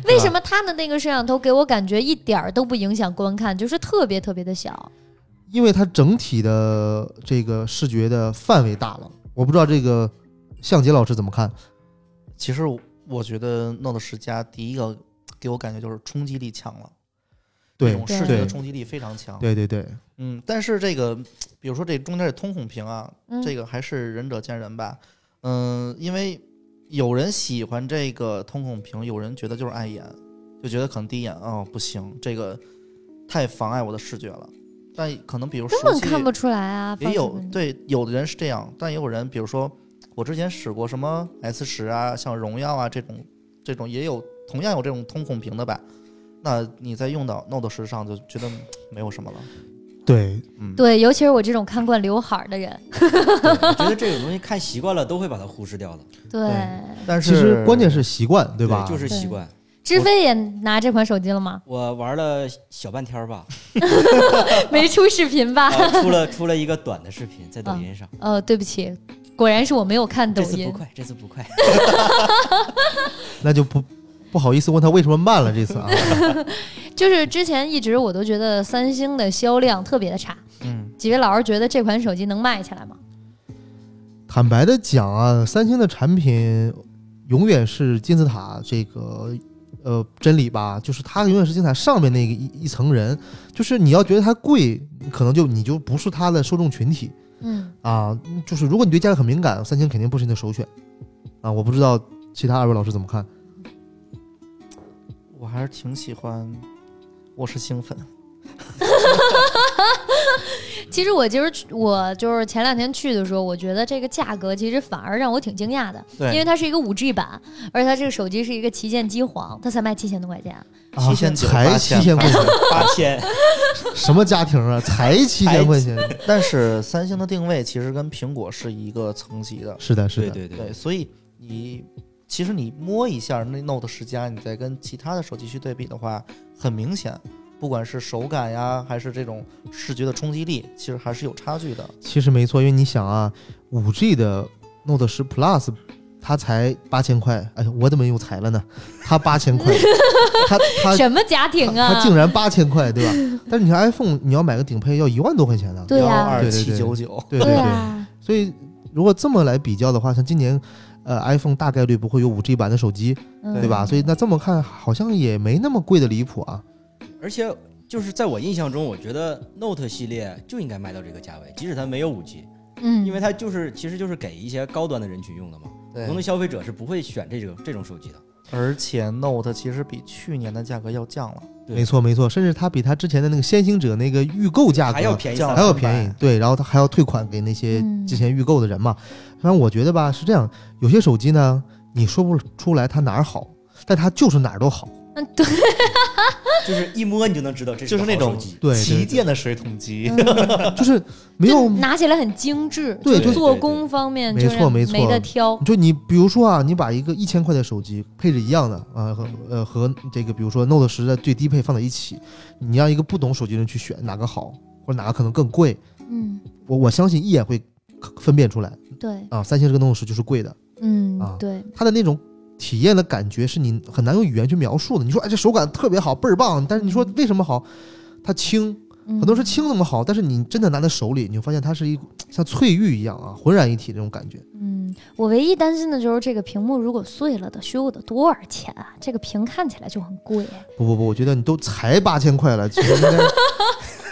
Speaker 1: 为
Speaker 2: 吧
Speaker 1: 什么它的那个摄像头给我感觉一点儿都不影响观看，就是特别特别的小？
Speaker 2: 因为它整体的这个视觉的范围大了。我不知道这个向杰老师怎么看？
Speaker 4: 其实我觉得 Note 十加第一个给我感觉就是冲击力强了，
Speaker 2: 对
Speaker 4: 这种视觉
Speaker 2: 对
Speaker 4: 的冲击力非常强。，
Speaker 2: 对对对，
Speaker 4: 嗯，但是这个，比如说这中间这通孔屏啊，
Speaker 1: 嗯，
Speaker 4: 这个还是仁者见仁吧。嗯，因为有人喜欢这个通孔屏，有人觉得就是碍眼，就觉得可能第一眼哦不行，这个太妨碍我的视觉了。但可能比如
Speaker 1: 根
Speaker 4: 手
Speaker 1: 本
Speaker 4: 机
Speaker 1: 看不出来啊，
Speaker 4: 也
Speaker 1: 放
Speaker 4: 有
Speaker 1: 视频
Speaker 4: 对，有的人是这样，但也有人，比如说我之前使过什么 S 十啊，像荣耀啊这种，这种也有同样有这种通孔屏的吧。那你在用到 Note 十上就觉得没有什么了，
Speaker 2: 对
Speaker 4: 嗯，
Speaker 1: 对，尤其是我这种看惯刘海儿的人，
Speaker 3: 对我觉得这种东西看习惯了，都会把它忽视掉的，
Speaker 1: 对，
Speaker 4: 但是
Speaker 2: 其实关键是习惯，对吧？
Speaker 3: 就是
Speaker 1: 对
Speaker 3: 习惯。
Speaker 1: 知飞也拿这款手机 了吗？
Speaker 3: 我玩了小半天儿吧，
Speaker 1: 没出视频吧？
Speaker 3: 然后出了出了一个短的视频在抖音上。
Speaker 1: 呃，对不起，果然是我没有看抖
Speaker 3: 这次
Speaker 1: 音
Speaker 3: 不。快，这次不快。
Speaker 2: 那就不不好意思问他为什么慢了这次啊。
Speaker 1: 就是之前一直我都觉得三星的销量特别的差，
Speaker 4: 嗯，
Speaker 1: 几位老师觉得这款手机能卖起来吗？
Speaker 2: 坦白的讲啊，三星的产品永远是金字塔这个呃真理吧，就是它永远是金字塔上面那个一一层人，就是你要觉得它贵，可能就你就不是它的受众群体。
Speaker 1: 嗯，
Speaker 2: 啊，就是如果你对价格很敏感，三星肯定不是你的首选啊。我不知道其他二位老师怎么看。
Speaker 4: 我还是挺喜欢，我是兴奋，
Speaker 1: 其实我其实去我就是前两天去的时候，我觉得这个价格其实反而让我挺惊讶的，
Speaker 4: 对
Speaker 1: 因为它是一个五 G 版，而且它这个手机是一个旗舰机皇，它才卖七千多块钱。
Speaker 2: 啊
Speaker 4: 七千九
Speaker 2: 才
Speaker 4: 八
Speaker 2: 七千块钱，
Speaker 3: 八千，
Speaker 2: 什么家庭啊？才七千块钱？
Speaker 4: 但是三星的定位其实跟苹果是一个层级的，
Speaker 2: 是的，是
Speaker 5: 对
Speaker 2: 的，
Speaker 5: 对对
Speaker 4: 对，，所以你其实你摸一下那 Note 十加，你再跟其他的手机去对比的话，很明显，不管是手感呀，还是这种视觉的冲击力，其实还是有差距的。
Speaker 2: 其实没错，因为你想啊，五 G 的 Note 十 Plus，它才八千块，哎，我怎么又裁了呢？它八千 块，它它
Speaker 1: 什么家庭
Speaker 2: 它
Speaker 1: 啊
Speaker 2: 它？竟然八千块，对吧？但是你看 iPhone，你要买个顶配要一万多块钱呢。
Speaker 1: 对
Speaker 4: 幺
Speaker 1: 呀、
Speaker 4: 二
Speaker 2: 对对
Speaker 4: 七
Speaker 2: 对
Speaker 4: 九九，
Speaker 2: 对
Speaker 1: 对
Speaker 2: 对，
Speaker 1: 啊，
Speaker 2: 所以如果这么来比较的话，像今年。呃，iPhone 大概率不会有五 G 版的手机，
Speaker 1: 嗯
Speaker 2: 对吧？所以那这么看，好像也没那么贵的离谱啊。
Speaker 3: 而且就是在我印象中，我觉得 Note 系列就应该卖到这个价位，即使它没有五 G，
Speaker 1: 嗯，
Speaker 3: 因为它就是其实就是给一些高端的人群用的嘛，普通的
Speaker 4: 对，
Speaker 3: 消费者是不会选这种这种手机的。
Speaker 4: 而且 Note 其实比去年的价格要降了，
Speaker 3: 对
Speaker 2: 没错没错，甚至它比它之前的那个先行者那个预购价格
Speaker 3: 还要便宜
Speaker 4: 这样
Speaker 2: 还
Speaker 3: 三分
Speaker 2: 要
Speaker 3: 吧
Speaker 2: 便宜，对，然后他还要退款给那些
Speaker 1: 嗯
Speaker 2: 之前预购的人嘛。反正我觉得吧，是这样，有些手机呢，你说不出来它哪儿好，但它就是哪儿都好。
Speaker 1: 嗯对，
Speaker 3: 就是一摸你就能知道这
Speaker 4: 就是
Speaker 3: 个
Speaker 4: 那
Speaker 3: 好
Speaker 4: 种
Speaker 3: 手机。
Speaker 2: 对，
Speaker 4: 旗
Speaker 2: 对
Speaker 4: 舰的水桶机。
Speaker 2: 就是没
Speaker 1: 就
Speaker 2: 有，
Speaker 1: 拿起来很精致，
Speaker 2: 对
Speaker 1: 就
Speaker 3: 对
Speaker 1: 做
Speaker 3: 对
Speaker 1: 工方面
Speaker 2: 没
Speaker 1: 就
Speaker 2: 错
Speaker 1: 让
Speaker 2: 没错
Speaker 1: 没得挑，
Speaker 2: 就你比如说啊，你把一个一千块的手机配置一样的啊和呃和这个比如说 Note 十的最低配放在一起，你让一个不懂手机的人去选哪个好，或者哪个可能更贵，
Speaker 1: 嗯，
Speaker 2: 我我相信一眼会分辨出来
Speaker 1: 对，
Speaker 2: 啊。三星这个 Note 十就是贵的。
Speaker 1: 嗯
Speaker 2: 啊
Speaker 1: 对，
Speaker 2: 它的那种体验的感觉是你很难用语言去描述的。你说哎，这手感特别好，倍儿棒，但是你说为什么好？它轻，
Speaker 1: 很
Speaker 2: 很多人说轻怎么好，但是你真的拿在手里，你会发现它是一股像翠玉一样啊，浑然一体那种感觉。
Speaker 1: 嗯，我唯一担心的就是这个屏幕如果碎了的修得多少钱啊？这个屏看起来就很贵。
Speaker 2: 不不不，我觉得你都才八千块了，其实应该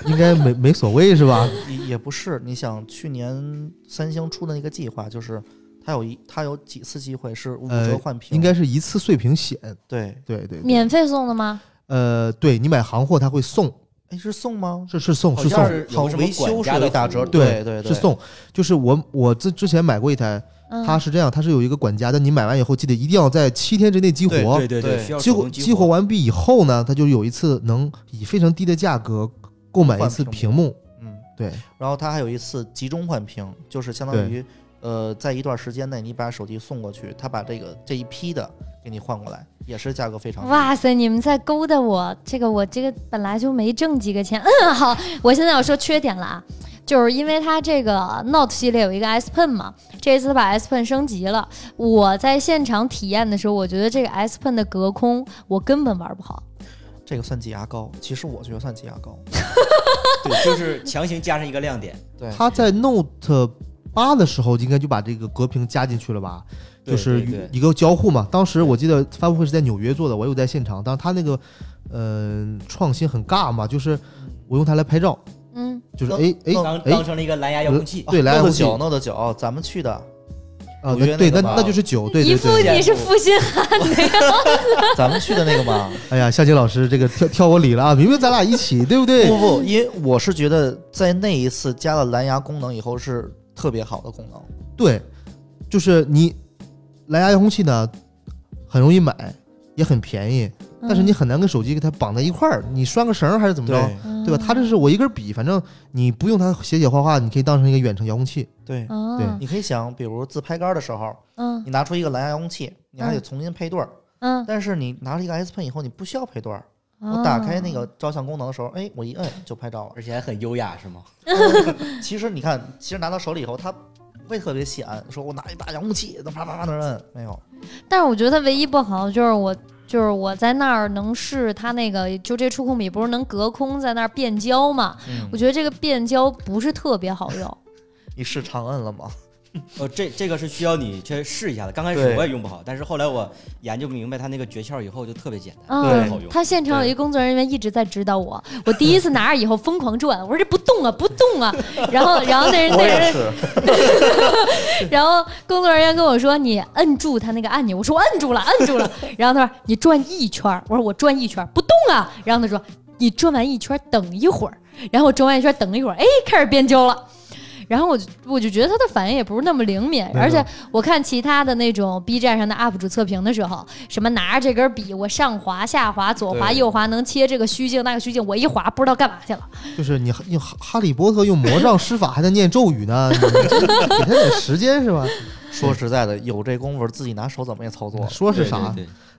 Speaker 2: 应该没没所谓是吧？
Speaker 4: 也也不是，你想去年三星出的那个计划，就是它有一它有几次机会是五折
Speaker 2: 呃
Speaker 4: 换屏，
Speaker 2: 应该是一次碎屏险，
Speaker 4: 对，
Speaker 2: 对对，对
Speaker 1: 免费送的吗？
Speaker 2: 呃，对你买行货它会送，
Speaker 4: 哎是送吗？
Speaker 2: 是是送
Speaker 3: 好
Speaker 2: 是
Speaker 3: 像
Speaker 2: 送，
Speaker 3: 是
Speaker 4: 好
Speaker 3: 有什么
Speaker 4: 维修
Speaker 3: 管
Speaker 4: 是
Speaker 3: 家
Speaker 4: 有
Speaker 3: 的
Speaker 4: 一打
Speaker 3: 服
Speaker 4: 折，
Speaker 3: 务
Speaker 4: 对对对，
Speaker 2: 是送，就是我我之之前买过一台，
Speaker 1: 嗯，
Speaker 2: 它是这样，它是有一个管家的，你买完以后记得一定要在七天之内激活。
Speaker 3: 对对
Speaker 4: 对
Speaker 3: 对，需要
Speaker 2: 激
Speaker 3: 手
Speaker 2: 活
Speaker 3: 动
Speaker 2: 激活完毕以后呢，它就有一次能以非常低的价格购买一次
Speaker 4: 换
Speaker 2: 屏
Speaker 4: 屏
Speaker 2: 幕。
Speaker 4: 嗯，
Speaker 2: 对，
Speaker 4: 然后它还有一次集中换屏，就是相当于呃，在一段时间内你把手机送过去，他把这个这一批的给你换过来，也是价格非常低。
Speaker 1: 哇塞，你们在勾搭我，这个我这个本来就没挣几个钱。嗯，好，我现在要说缺点了啊。就是因为它这个 Note 系列有一个 S Pen 嘛，这一次把 S Pen 升级了。我在现场体验的时候，我觉得这个 S Pen 的隔空我根本玩不好。
Speaker 4: 这个算挤牙膏，其实我觉得算挤牙膏。
Speaker 3: 对，就是强行加上一个亮点，
Speaker 4: 对，
Speaker 2: 它在 Note 八的时候应该就把这个隔屏加进去了吧？就
Speaker 3: 对
Speaker 2: 是
Speaker 3: 对对
Speaker 2: 一个交互嘛。当时我记得发布会是在纽约做的，我有在现场。当时它那个嗯、创新很尬嘛，就是我用它来拍照，
Speaker 1: 嗯，
Speaker 2: 就是
Speaker 4: 当
Speaker 2: 哎哎呃
Speaker 3: 当当成了一个蓝牙遥控器。
Speaker 2: 对来
Speaker 4: Note
Speaker 2: 回
Speaker 4: 九 Note 九，咱们去的，
Speaker 2: 啊，
Speaker 4: 纽约
Speaker 2: 那对，
Speaker 4: 那个
Speaker 2: 那
Speaker 4: 吧
Speaker 2: 那就是九，对
Speaker 1: 一
Speaker 2: 对
Speaker 1: 副
Speaker 2: 对。
Speaker 1: 你是负心汉的样子。
Speaker 4: 咱们去的那个嘛。
Speaker 2: 哎呀，夏金老师这个挑挑我理了啊！明明咱俩一起，对不对？
Speaker 4: 不不，因为我是觉得在那一次加了蓝牙功能以后是特别好的功能。
Speaker 2: 对，就是你蓝牙遥控器呢，很容易买，也很便宜，
Speaker 1: 嗯
Speaker 2: 但是你很难跟手机给它绑在一块儿，你拴个绳儿还是怎么着，
Speaker 1: 嗯
Speaker 2: 对吧？它这是我一根笔，反正你不用它写写画画，你可以当成一个远程遥控器。
Speaker 4: 对，
Speaker 1: 啊
Speaker 2: 对
Speaker 4: 你可以想，比如自拍杆的时候，
Speaker 1: 嗯
Speaker 4: 你拿出一个蓝牙遥控器，你还得重新配对儿。
Speaker 1: 嗯，哦
Speaker 4: 但是你拿了一个 S Pen 以后，你不需要配对儿。
Speaker 1: 我
Speaker 4: 我打开那个照相功能的时候，哎，我一摁就拍照了。
Speaker 3: 而且还很优雅，是吗？
Speaker 4: 其实你看，其实拿到手里以后，它不会特别显，说我拿一大遥控器，能啪啪啪能摁，没有。
Speaker 1: 但是我觉得它唯一不好就是我。就是我在那儿能试它那个，就这触控笔不是能隔空在那儿变焦嘛？
Speaker 4: 嗯
Speaker 1: 我觉得这个变焦不是特别好用。
Speaker 4: 你是长摁了吗？
Speaker 3: 呃，这这个是需要你去试一下的。刚开始
Speaker 4: 对
Speaker 3: 我也用不好，但是后来我研究明白它那个诀窍以后，就特别简单，特别好
Speaker 1: 嗯，
Speaker 3: 用。
Speaker 1: 他现场有一工作人员一直在指导我，我第一次拿着以后疯狂转，我说这不动啊，不动啊。然后，然后那人那人
Speaker 4: 是。
Speaker 1: 然后工作人员跟我说：“你摁住他那个按钮。”我说：“我摁住了，摁住了。”然后他说：“你转一圈儿。”我说：“我转一圈儿不动啊。”然后他说：“你转完一圈等一会儿，然后我转完一圈等了一会儿，哎，开始变焦了。然后我就我就觉得他的反应也不是那么灵敏，
Speaker 2: 错
Speaker 1: 而且我看其他的那种 B 站上的 UP 主测评的时候，什么拿着这根笔，我上滑、下滑、左滑、
Speaker 4: 对
Speaker 1: 右滑，能切这个虚镜那个虚镜，我一滑不知道干嘛去了。
Speaker 2: 就是你用哈哈利波特用魔杖施法还在念咒语呢，你这给他点时间 是吧？
Speaker 4: 说实在的，有这功夫自己拿手怎么也操作了。
Speaker 2: 说是啥？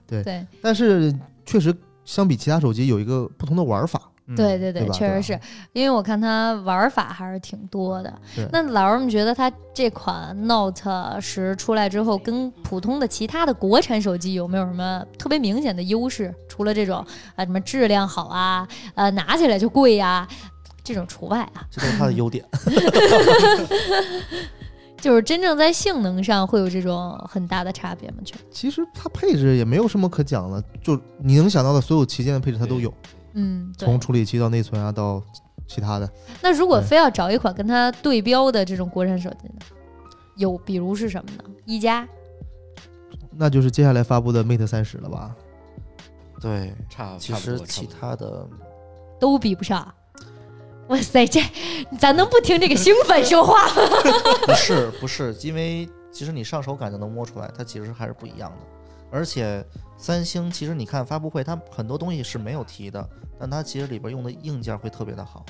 Speaker 5: 对
Speaker 1: 对，
Speaker 2: 但是确实相比其他手机有一个不同的玩法。
Speaker 4: 嗯
Speaker 1: 对对对
Speaker 2: 对，吧
Speaker 1: 确
Speaker 2: 对
Speaker 1: 实
Speaker 2: 吧
Speaker 1: 是因为我看它玩法还是挺多的
Speaker 2: 对。
Speaker 1: 那老师们觉得它这款 Note 十出来之后，跟普通的其他的国产手机有没有什么特别明显的优势？除了这种啊、什么质量好啊，呃拿起来就贵呀、这种除外啊，
Speaker 4: 这都是它的 优点。
Speaker 1: 就是真正在性能上会有这种很大的差别吗？觉得？
Speaker 2: 其实它配置也没有什么可讲的，就你能想到的所有旗舰的配置它都有，
Speaker 1: 嗯，对。
Speaker 2: 从处理器到内存啊到其他的。
Speaker 1: 那如果
Speaker 2: 对
Speaker 1: 非要找一款跟它对标的这种国产手机呢？有，比如是什么呢？一加，
Speaker 2: 那就是接下来发布的 Mate 三十了吧？
Speaker 4: 对，
Speaker 5: 差
Speaker 4: 其
Speaker 5: 差不
Speaker 4: 实
Speaker 5: 多差
Speaker 4: 其
Speaker 5: 不多
Speaker 4: 他的
Speaker 1: 都比不上。哇塞，这咱能不听这个兴奋说话吗？
Speaker 4: 不是不是，因为其实你上手感就能摸出来，它其实还是不一样的。而且三星其实你看发布会，它很多东西是没有提的，但它其实里边用的硬件会特别的好，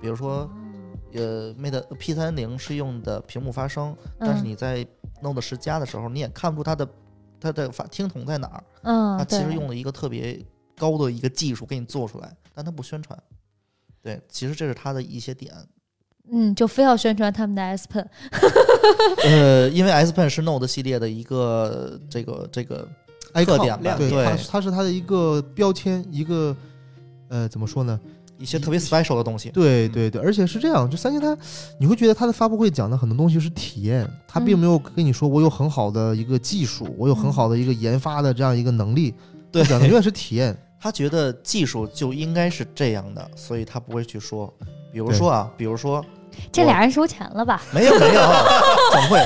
Speaker 4: 比如说
Speaker 1: 嗯
Speaker 4: 呃 Mate P 3 0是用的屏幕发声，但是
Speaker 1: 嗯
Speaker 4: 你在 Note 十加的时候，你也看不出它的它的发听筒在哪儿，
Speaker 1: 嗯，
Speaker 4: 它其实
Speaker 1: 对
Speaker 4: 用了一个特别高的一个技术给你做出来，但它不宣传。对，其实这是它的一些点。
Speaker 1: 嗯，就非要宣传他们的 S Pen，
Speaker 4: 呃，因为 S Pen 是 Note 系列的一个这个这个特点吧，
Speaker 2: 对，
Speaker 4: 对
Speaker 2: 它是它是它的一个标签，一个呃怎么说呢？
Speaker 4: 一些特别 special 的东西。
Speaker 2: 对对对，而且是这样，就三星它，你会觉得它的发布会讲的很多东西是体验，它并
Speaker 1: 嗯
Speaker 2: 没有跟你说我有很好的一个技术，我有很好的一个研发的这样一个能力，
Speaker 4: 对
Speaker 2: 它讲的永远是体验。
Speaker 4: 他觉得技术就应该是这样的，所以他不会去说。比如说啊，比如说
Speaker 1: 这俩人收钱了吧？
Speaker 4: 没有没有， 怎么会？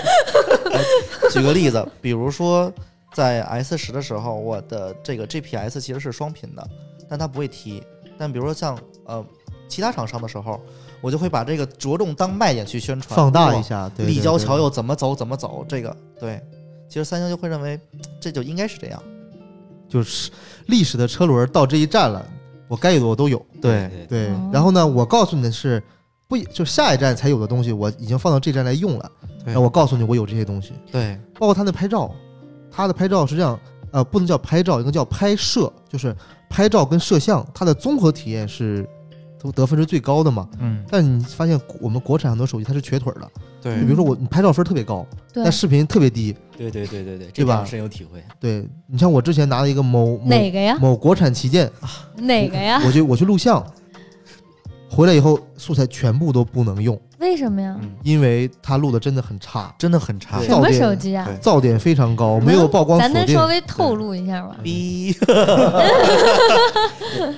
Speaker 4: 哎举个例子，比如说在 S 十的时候，我的这个 GPS 其实是双频的，但它不会提。但比如说像呃其他厂商的时候，我就会把这个着重当卖点去宣传，
Speaker 2: 放大
Speaker 4: 哇
Speaker 2: 一下，对
Speaker 4: 立
Speaker 2: 对
Speaker 4: 交
Speaker 2: 对
Speaker 4: 桥又怎么走怎么走，这个对，其实三星就会认为这就应该是这样，
Speaker 2: 就是历史的车轮到这一站了，我该有的我都有。
Speaker 4: 对
Speaker 5: 对
Speaker 2: 对
Speaker 1: 哦，
Speaker 2: 然后呢，我告诉你的是，不就下一站才有的东西，我已经放到这站来用了。
Speaker 4: 对
Speaker 2: 那我告诉你，我有这些东西，
Speaker 4: 对，
Speaker 2: 包括它的拍照，它的拍照是这样，呃，不能叫拍照，应该叫拍摄，就是拍照跟摄像，它的综合体验是都得分是最高的嘛。
Speaker 4: 嗯
Speaker 2: 但是你发现我们国产很多手机它是瘸腿儿的，
Speaker 4: 对
Speaker 2: 就比如说我你拍照分儿特别高，
Speaker 1: 对
Speaker 2: 但，视频特别低。
Speaker 5: 对对对对对，
Speaker 2: 对
Speaker 5: 这
Speaker 2: 吧
Speaker 5: 个深有体会。
Speaker 2: 对你像我之前拿了一个某某
Speaker 1: 哪个呀？
Speaker 2: 某国产旗舰，
Speaker 1: 哪个呀？
Speaker 2: 我去我去录像，回来以后素材全部都不能用，
Speaker 1: 为什么呀？
Speaker 4: 嗯，
Speaker 2: 因为它录的真的很差，
Speaker 4: 真的很差，
Speaker 2: 对
Speaker 1: 什么
Speaker 2: 噪点
Speaker 1: 手机啊？
Speaker 4: 对
Speaker 2: 噪点非常高，没有曝光
Speaker 1: 咱
Speaker 2: 锁
Speaker 1: 能
Speaker 2: 定
Speaker 1: 稍。微透露一下吗？
Speaker 4: 逼，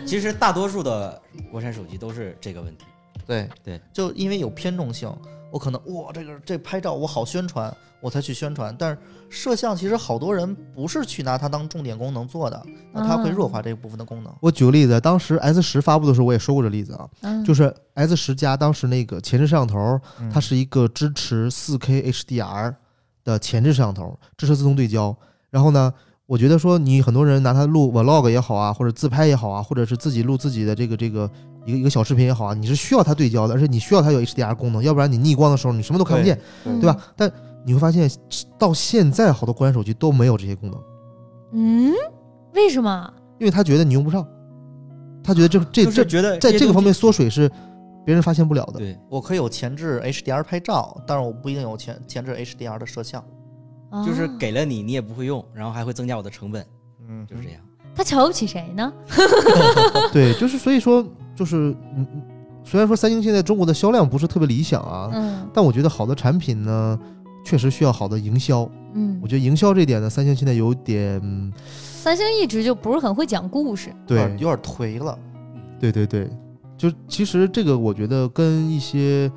Speaker 5: 其实大多数的国产手机都是这个问题。
Speaker 4: 对
Speaker 5: 对，
Speaker 4: 就因为有偏重性，我可能哇这个这拍照我好宣传，我才去宣传，但是摄像其实好多人不是去拿它当重点功能做的，那
Speaker 1: 嗯
Speaker 4: 它会
Speaker 1: 啊
Speaker 4: 弱化这部分的功能，
Speaker 2: 我举个例子，当时 S 十发布的时候，我也说过这例子啊，
Speaker 1: 嗯，
Speaker 2: 就是是 S 十加当时那个前置摄像头，
Speaker 4: 嗯
Speaker 2: 它是一个支持 4K HDR 的前置摄像头，支持自动对焦。然后呢，我觉得说你很多人拿它录 vlog 也好啊，或者自拍也好啊，或者是自己录自己的这个这个一个一个小视频也好啊，你是需要它对焦的，而且你需要它有 HDR 功能，要不然你逆光的时候你什么都看不见，对吧？？但你会发现到现在好多国产手机都没有这些功能，
Speaker 1: 嗯，为什么？
Speaker 2: 因为他觉得你用不上，他觉得这这
Speaker 5: 就是
Speaker 2: 这
Speaker 5: 觉得
Speaker 2: 在这
Speaker 5: 些
Speaker 2: 个
Speaker 5: 东
Speaker 2: 方面缩水是别人发现不了的。
Speaker 5: 对，
Speaker 4: 我可以有前置 HDR 拍照，但是我不一定有前前置 HDR 的摄像，
Speaker 5: 就是
Speaker 1: 啊
Speaker 5: 给了你，你也不会用，然后还会增加我的成本，
Speaker 4: 嗯，
Speaker 5: 就是这样。
Speaker 1: 他瞧不起谁呢？
Speaker 2: 对，就是所以说就是嗯，虽然说三星现在中国的销量不是特别理想啊，
Speaker 1: 嗯
Speaker 2: 但我觉得好的产品呢，确实需要好的营销。
Speaker 1: 嗯
Speaker 2: 我，觉得营销这点呢，三星现在有点嗯
Speaker 1: 三星一直就不是很会讲故事。
Speaker 4: 有
Speaker 2: 对
Speaker 4: 点有点颓了。
Speaker 2: 对对对，就其实这个我觉得跟一些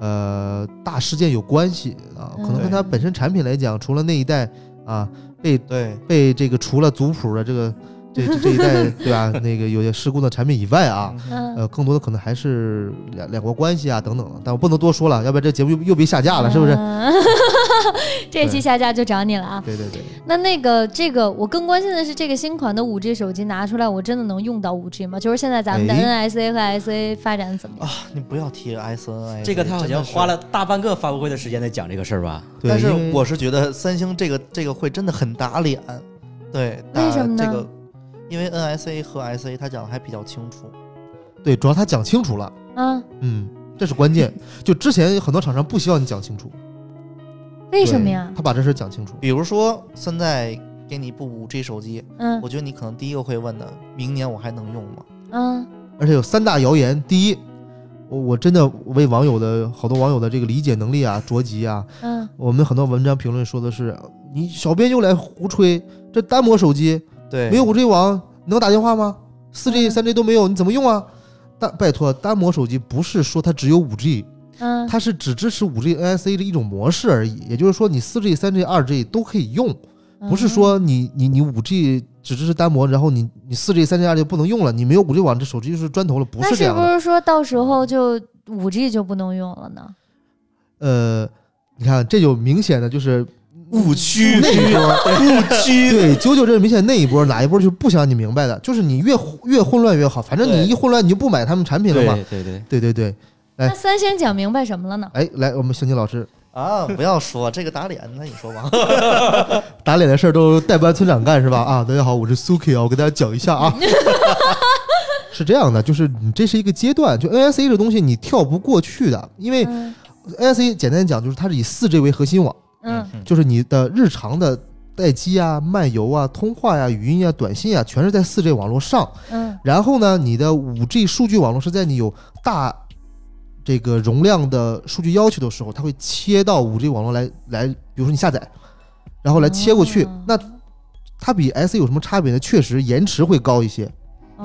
Speaker 2: 呃大事件有关系啊，可能跟它
Speaker 1: 嗯
Speaker 2: 本身产品来讲，除了那一代啊被
Speaker 4: 对，
Speaker 2: 被这个除了族谱的这个这这这一代对吧？那个有些失控的产品以外啊，
Speaker 1: 嗯，
Speaker 2: 呃，更多的可能还是两两国关系啊等等的，但我不能多说了，要不然这节目又又被下架了，是不是？
Speaker 1: 啊？ 这期下架就找你了啊！
Speaker 2: 对对对，
Speaker 1: 那那个这个，我更关心的是这个新款的五 G 手机拿出来，我真的能用到五 G 吗？就是现在咱们的
Speaker 2: 哎
Speaker 1: NSA 和 SA 发展怎么样？
Speaker 4: 啊， 你不要提 S N
Speaker 2: 哎
Speaker 4: A，
Speaker 3: 这个他好像花了大半个发布会的时间在讲这个事儿吧？
Speaker 2: 对
Speaker 4: 但是
Speaker 2: 因为
Speaker 4: 我是觉得三星这个这个会真的很打脸，对，打
Speaker 1: 为什么呢
Speaker 4: 这个因为 NSA 和 SA 他讲的还比较清楚，
Speaker 2: 对，主要他讲清楚了，
Speaker 1: 啊，
Speaker 2: 嗯，这是关键。就之前很多厂商不希望你讲清楚，
Speaker 1: 为什么呀
Speaker 2: 对？他把这事儿讲清楚，
Speaker 4: 比如说现在给你一部五 G 手机，
Speaker 1: 嗯
Speaker 4: 我觉得你可能第一个会问的，明年我还能用吗？
Speaker 1: 嗯
Speaker 2: 而且有三大谣言。第一，我我真的为网友的好多网友的这个理解能力啊着急啊，
Speaker 1: 嗯，
Speaker 2: 我们很多文章评论说的是你小编又来胡吹，这单模手机
Speaker 4: 对
Speaker 2: 没有五 G 网能打电话吗？四 G、三 G 都没有，你怎么用啊？但拜托，单模手机不是说它只有五 G，
Speaker 1: 嗯，
Speaker 2: 它是只支持五 G NSA 的一种模式而已。也就是说，你四 G、三 G、二 G 都可以用，
Speaker 1: 嗯
Speaker 2: 不是说你你你五 G 只支持单模，然后你你四 G、三 G、二 G 不能用了，你没有五 G 网，这手机就是砖头了，不
Speaker 1: 那
Speaker 2: 这
Speaker 1: 是
Speaker 2: 样
Speaker 1: 不
Speaker 2: 的。
Speaker 1: 是说到时候就五 G 就不能用了呢？
Speaker 2: 呃，你看，这就明显的就是
Speaker 5: 误区
Speaker 2: 那一波，
Speaker 5: 误区，
Speaker 2: 对，九九这是明显那一波哪一波就是不想让你明白的，就是你越混越混乱越好，反正
Speaker 3: 对
Speaker 2: 你一混乱你就不买他们产品了嘛。
Speaker 3: 对对，
Speaker 2: 对对对，哎
Speaker 1: 那三星讲明白什么了呢？
Speaker 2: 哎，来，我们刑警老师
Speaker 4: 啊，不要说这个打脸，那你说吧，
Speaker 2: 打脸的事儿都代班村长干是吧？啊，大家好，我是 Suki 啊，我给大家讲一 下啊。是这样的，就是你这是一个阶段，就 NSA 这东西你跳不过去的，因为
Speaker 1: 嗯
Speaker 2: NSA 简单讲就是它是以四 G 为核心网，
Speaker 1: 嗯
Speaker 2: 就是你的日常的待机啊、漫游啊、通话呀、语音啊、短信啊，全是在四 G 网络上。
Speaker 1: 嗯
Speaker 2: 然后呢，你的五 G 数据网络是在你有大这个容量的数据要求的时候，它会切到五 G 网络来来，比如说你下载，然后来切过去。
Speaker 1: 哦
Speaker 2: 那它比 S 有什么差别呢？确实延迟会高一些，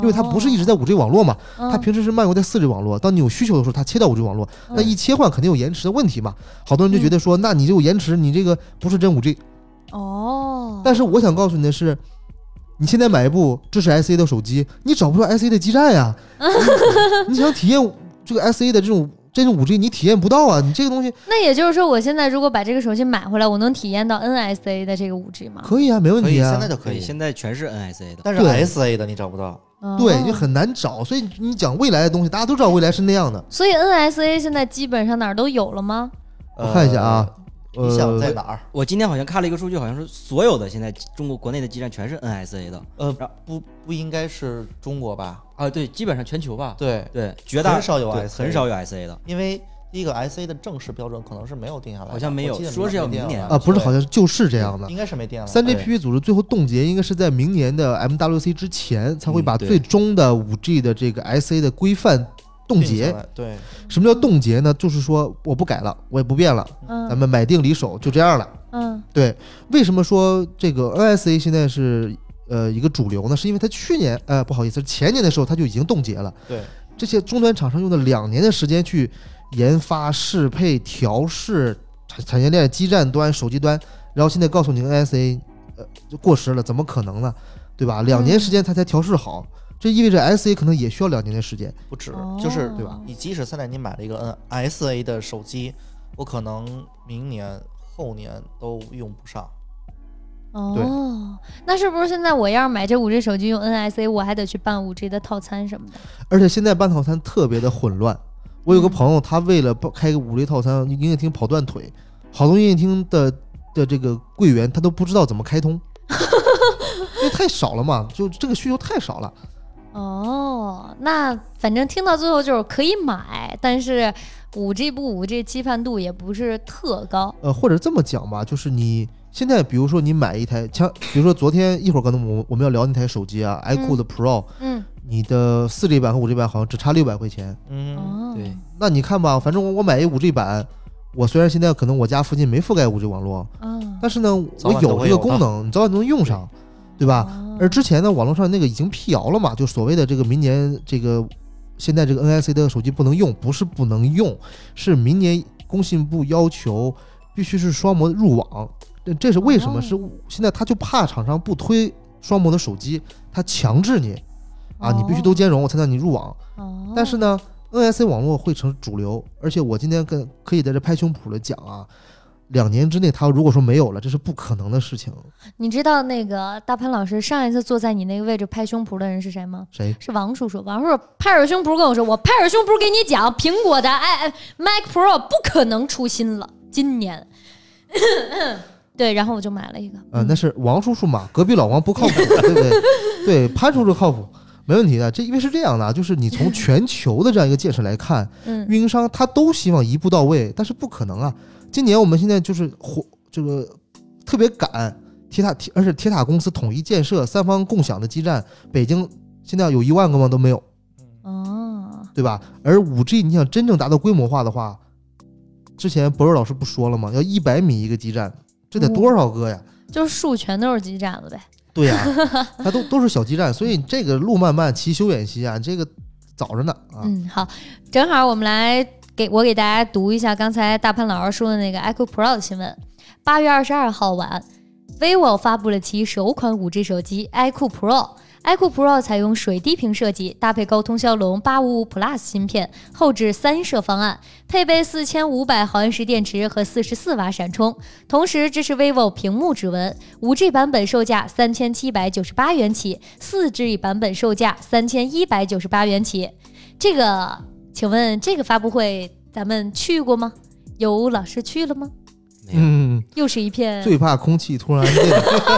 Speaker 2: 因为它不是一直在五 G 网络嘛，
Speaker 1: 哦，
Speaker 2: 它平时是漫游在四 G 网络。当你有需求的时候，它切到五 G 网络，那
Speaker 1: 嗯
Speaker 2: 一切换肯定有延迟的问题嘛。好多人就觉得说，那你这有延迟，你这个不是真五 G。
Speaker 1: 嗯哦，
Speaker 2: 但是我想告诉你的是。你现在买一部支持 S A 的手机，你找不到 S A 的基站呀、你你想体验这个 S A 的这种这种五 G，你体验不到啊！你这个东西
Speaker 1: 那也就是说，我现在如果把这个手机买回来，我能体验到 NSA 的这个五 G 吗？
Speaker 2: 可以啊，没 问
Speaker 4: 可以
Speaker 2: 题啊
Speaker 4: 现。在就可
Speaker 3: 可以，
Speaker 4: 以，
Speaker 3: 现在全是 NSA 的。
Speaker 4: 但是
Speaker 2: 对
Speaker 4: SA 的你找不到，
Speaker 1: 哦
Speaker 2: 对，就很难找，所以你讲未来的东西，大家都知道未来是那样的。
Speaker 1: 所以 NSA 现在基本上哪儿都有了吗？
Speaker 2: 我看一下啊，
Speaker 4: 呃，你想
Speaker 2: 呃
Speaker 4: 在哪儿？
Speaker 3: 我今天好像看了一个数据，好像是所有的现在中国国内的基站全是 NSA 的
Speaker 4: 呃，不不应该是中国吧？
Speaker 3: 啊，对，基本上全球吧，
Speaker 4: 对，
Speaker 3: 对，绝大
Speaker 4: 很少有
Speaker 3: 对
Speaker 4: SA
Speaker 3: 很少有 SA 的，
Speaker 4: 因为第一个 SA 的正式标准可能是没有定下来的，
Speaker 3: 好像没有
Speaker 4: 我记得
Speaker 3: 说是要
Speaker 4: 没定下
Speaker 3: 明年
Speaker 4: 来
Speaker 2: 啊，不是，好像就是这
Speaker 4: 这
Speaker 2: 样的
Speaker 4: 应。该是没定下来。
Speaker 2: 三 G
Speaker 3: 对
Speaker 2: PP 组织最后冻结，应该是在明年的 MWC 之前才会把
Speaker 3: 嗯对
Speaker 2: 最终的五 G 的这个 SA 的规范冻结。，
Speaker 4: 对，
Speaker 2: 什么叫冻结呢？就是说我不改了，我也不变了，
Speaker 1: 嗯，
Speaker 2: 咱们买定离手，就这样了。
Speaker 1: 嗯
Speaker 2: 对，为什么说这个 NSA 现在是呃一个主流呢？是因为它去年呃不好意思，前年的时候它就已经冻结了。
Speaker 4: 对，
Speaker 2: 这些终端厂商用了两年的时间去研发、适配、调试产产业链、基站端、手机端，然后现在告诉你 NSA 呃就过时了，怎么可能呢？对吧？两年时间它才调试好，这意味着 NSA 可能也需要两年的时间。
Speaker 4: 不止
Speaker 1: 哦，
Speaker 4: 就是
Speaker 1: 对吧
Speaker 4: 你即使现在你买了一个 NSA 的手机，我可能明年、后年都用不上。
Speaker 1: 哦，那是不是现在我要是买这五 G 手机用 NSA，我还得去办五 G 的套餐什么的？
Speaker 2: 而且现在办套餐特别的混乱。我有个朋友，他为了报开个五 G 套餐，音乐厅跑断腿，好多音乐厅的的这个柜员他都不知道怎么开通，因为太少了嘛，就这个需求太少了。
Speaker 1: 哦，那反正听到最后就是可以买，但是五 G 不五 G 期盼度也不是特高。
Speaker 2: 呃，或者这么讲吧，就是你现在比如说你买一台，像比如说昨天一会儿可能我我们要聊那台手机啊，iQOO 的 Pro，、
Speaker 1: 嗯，
Speaker 2: 你的四 G 版和五 G 版好像只差六百块钱。
Speaker 4: 嗯，
Speaker 1: 哦，
Speaker 3: 对，
Speaker 2: 那你看吧，反正我我买一五 G 版，我虽然现在可能我家附近没覆盖五 G 网络，
Speaker 1: 嗯，
Speaker 2: 但是呢，
Speaker 4: 早
Speaker 2: 我
Speaker 4: 晚都
Speaker 2: 有
Speaker 4: 会
Speaker 2: 这个
Speaker 4: 有的
Speaker 2: 功能，你早晚能用上，对吧？
Speaker 1: 哦
Speaker 2: 啊而之前呢，网络上那个已经辟谣了嘛，就所谓的这个明年这个现在这个 NSA 的手机不能用，不是不能用，是明年工信部要求必须是双模入网，这这是为什么？
Speaker 1: 哦
Speaker 2: 是现在他就怕厂商不推双模的手机，它强制你啊，你必须
Speaker 1: 哦
Speaker 2: 都兼容，我才让你入网。
Speaker 1: 哦，
Speaker 2: 但是呢，NSA 网络会成主流，而且我今天跟可以在这拍胸脯的讲啊，两年之内它如果说没有了，这是不可能的事情。
Speaker 1: 你知道那个大潘老师上一次坐在你那个位置拍胸脯的人是谁吗？
Speaker 2: 谁？
Speaker 1: 是王叔叔，王叔叔拍着胸脯跟我说：“我拍着胸脯给你讲，苹果的哎哎 Mac Pro 不可能出新了，今年。” 对，然后我就买了一个。
Speaker 2: 呃，那是王叔叔嘛，隔壁老王 不靠谱，对不对？对，潘叔叔靠谱，没问题的。这因为是这样的啊，就是你从全球的这样一个建设来看，
Speaker 1: 嗯，
Speaker 2: 运营商他都希望一步到位，但是不可能啊。今年我们现在就是火，这个特别赶铁塔，铁而且铁塔公司统一建设三方共享的基站，北京现在有一万个吗？都没有。
Speaker 1: 哦，
Speaker 2: 对吧？而五 G 你想真正达到规模化的话，之前博瑞老师不说了吗？要一百米一个基站，这
Speaker 1: 嗯
Speaker 2: 得多 少个呀？
Speaker 1: 就是树全都是基站了呗。
Speaker 2: 对呀、
Speaker 4: 哎
Speaker 2: 它都都是小基站，所以这个路漫漫其修远兮啊，这个早着呢啊。
Speaker 1: 嗯，好，正好我们来给我给大家读一下刚才大潘老师说的那个 Echo Pro 的新闻。八月二十二号晚，vivo 发布了其首款 5G 手机 iQOO Pro。iQOO Pro 采用水滴屏设计，搭配高通骁龙八五五 Plus 芯片，后置三摄方案，配备四千五百毫安时电池和四十四瓦闪充，同时支持 vivo 屏幕指纹。5G 版本售价三千七百九十八元起，4G 版本售价三千一百九十八元起。这个，请问这个发布会咱们去过吗？有老师去了吗？
Speaker 2: 嗯，
Speaker 1: 又是一片
Speaker 2: 最怕空气突然安静。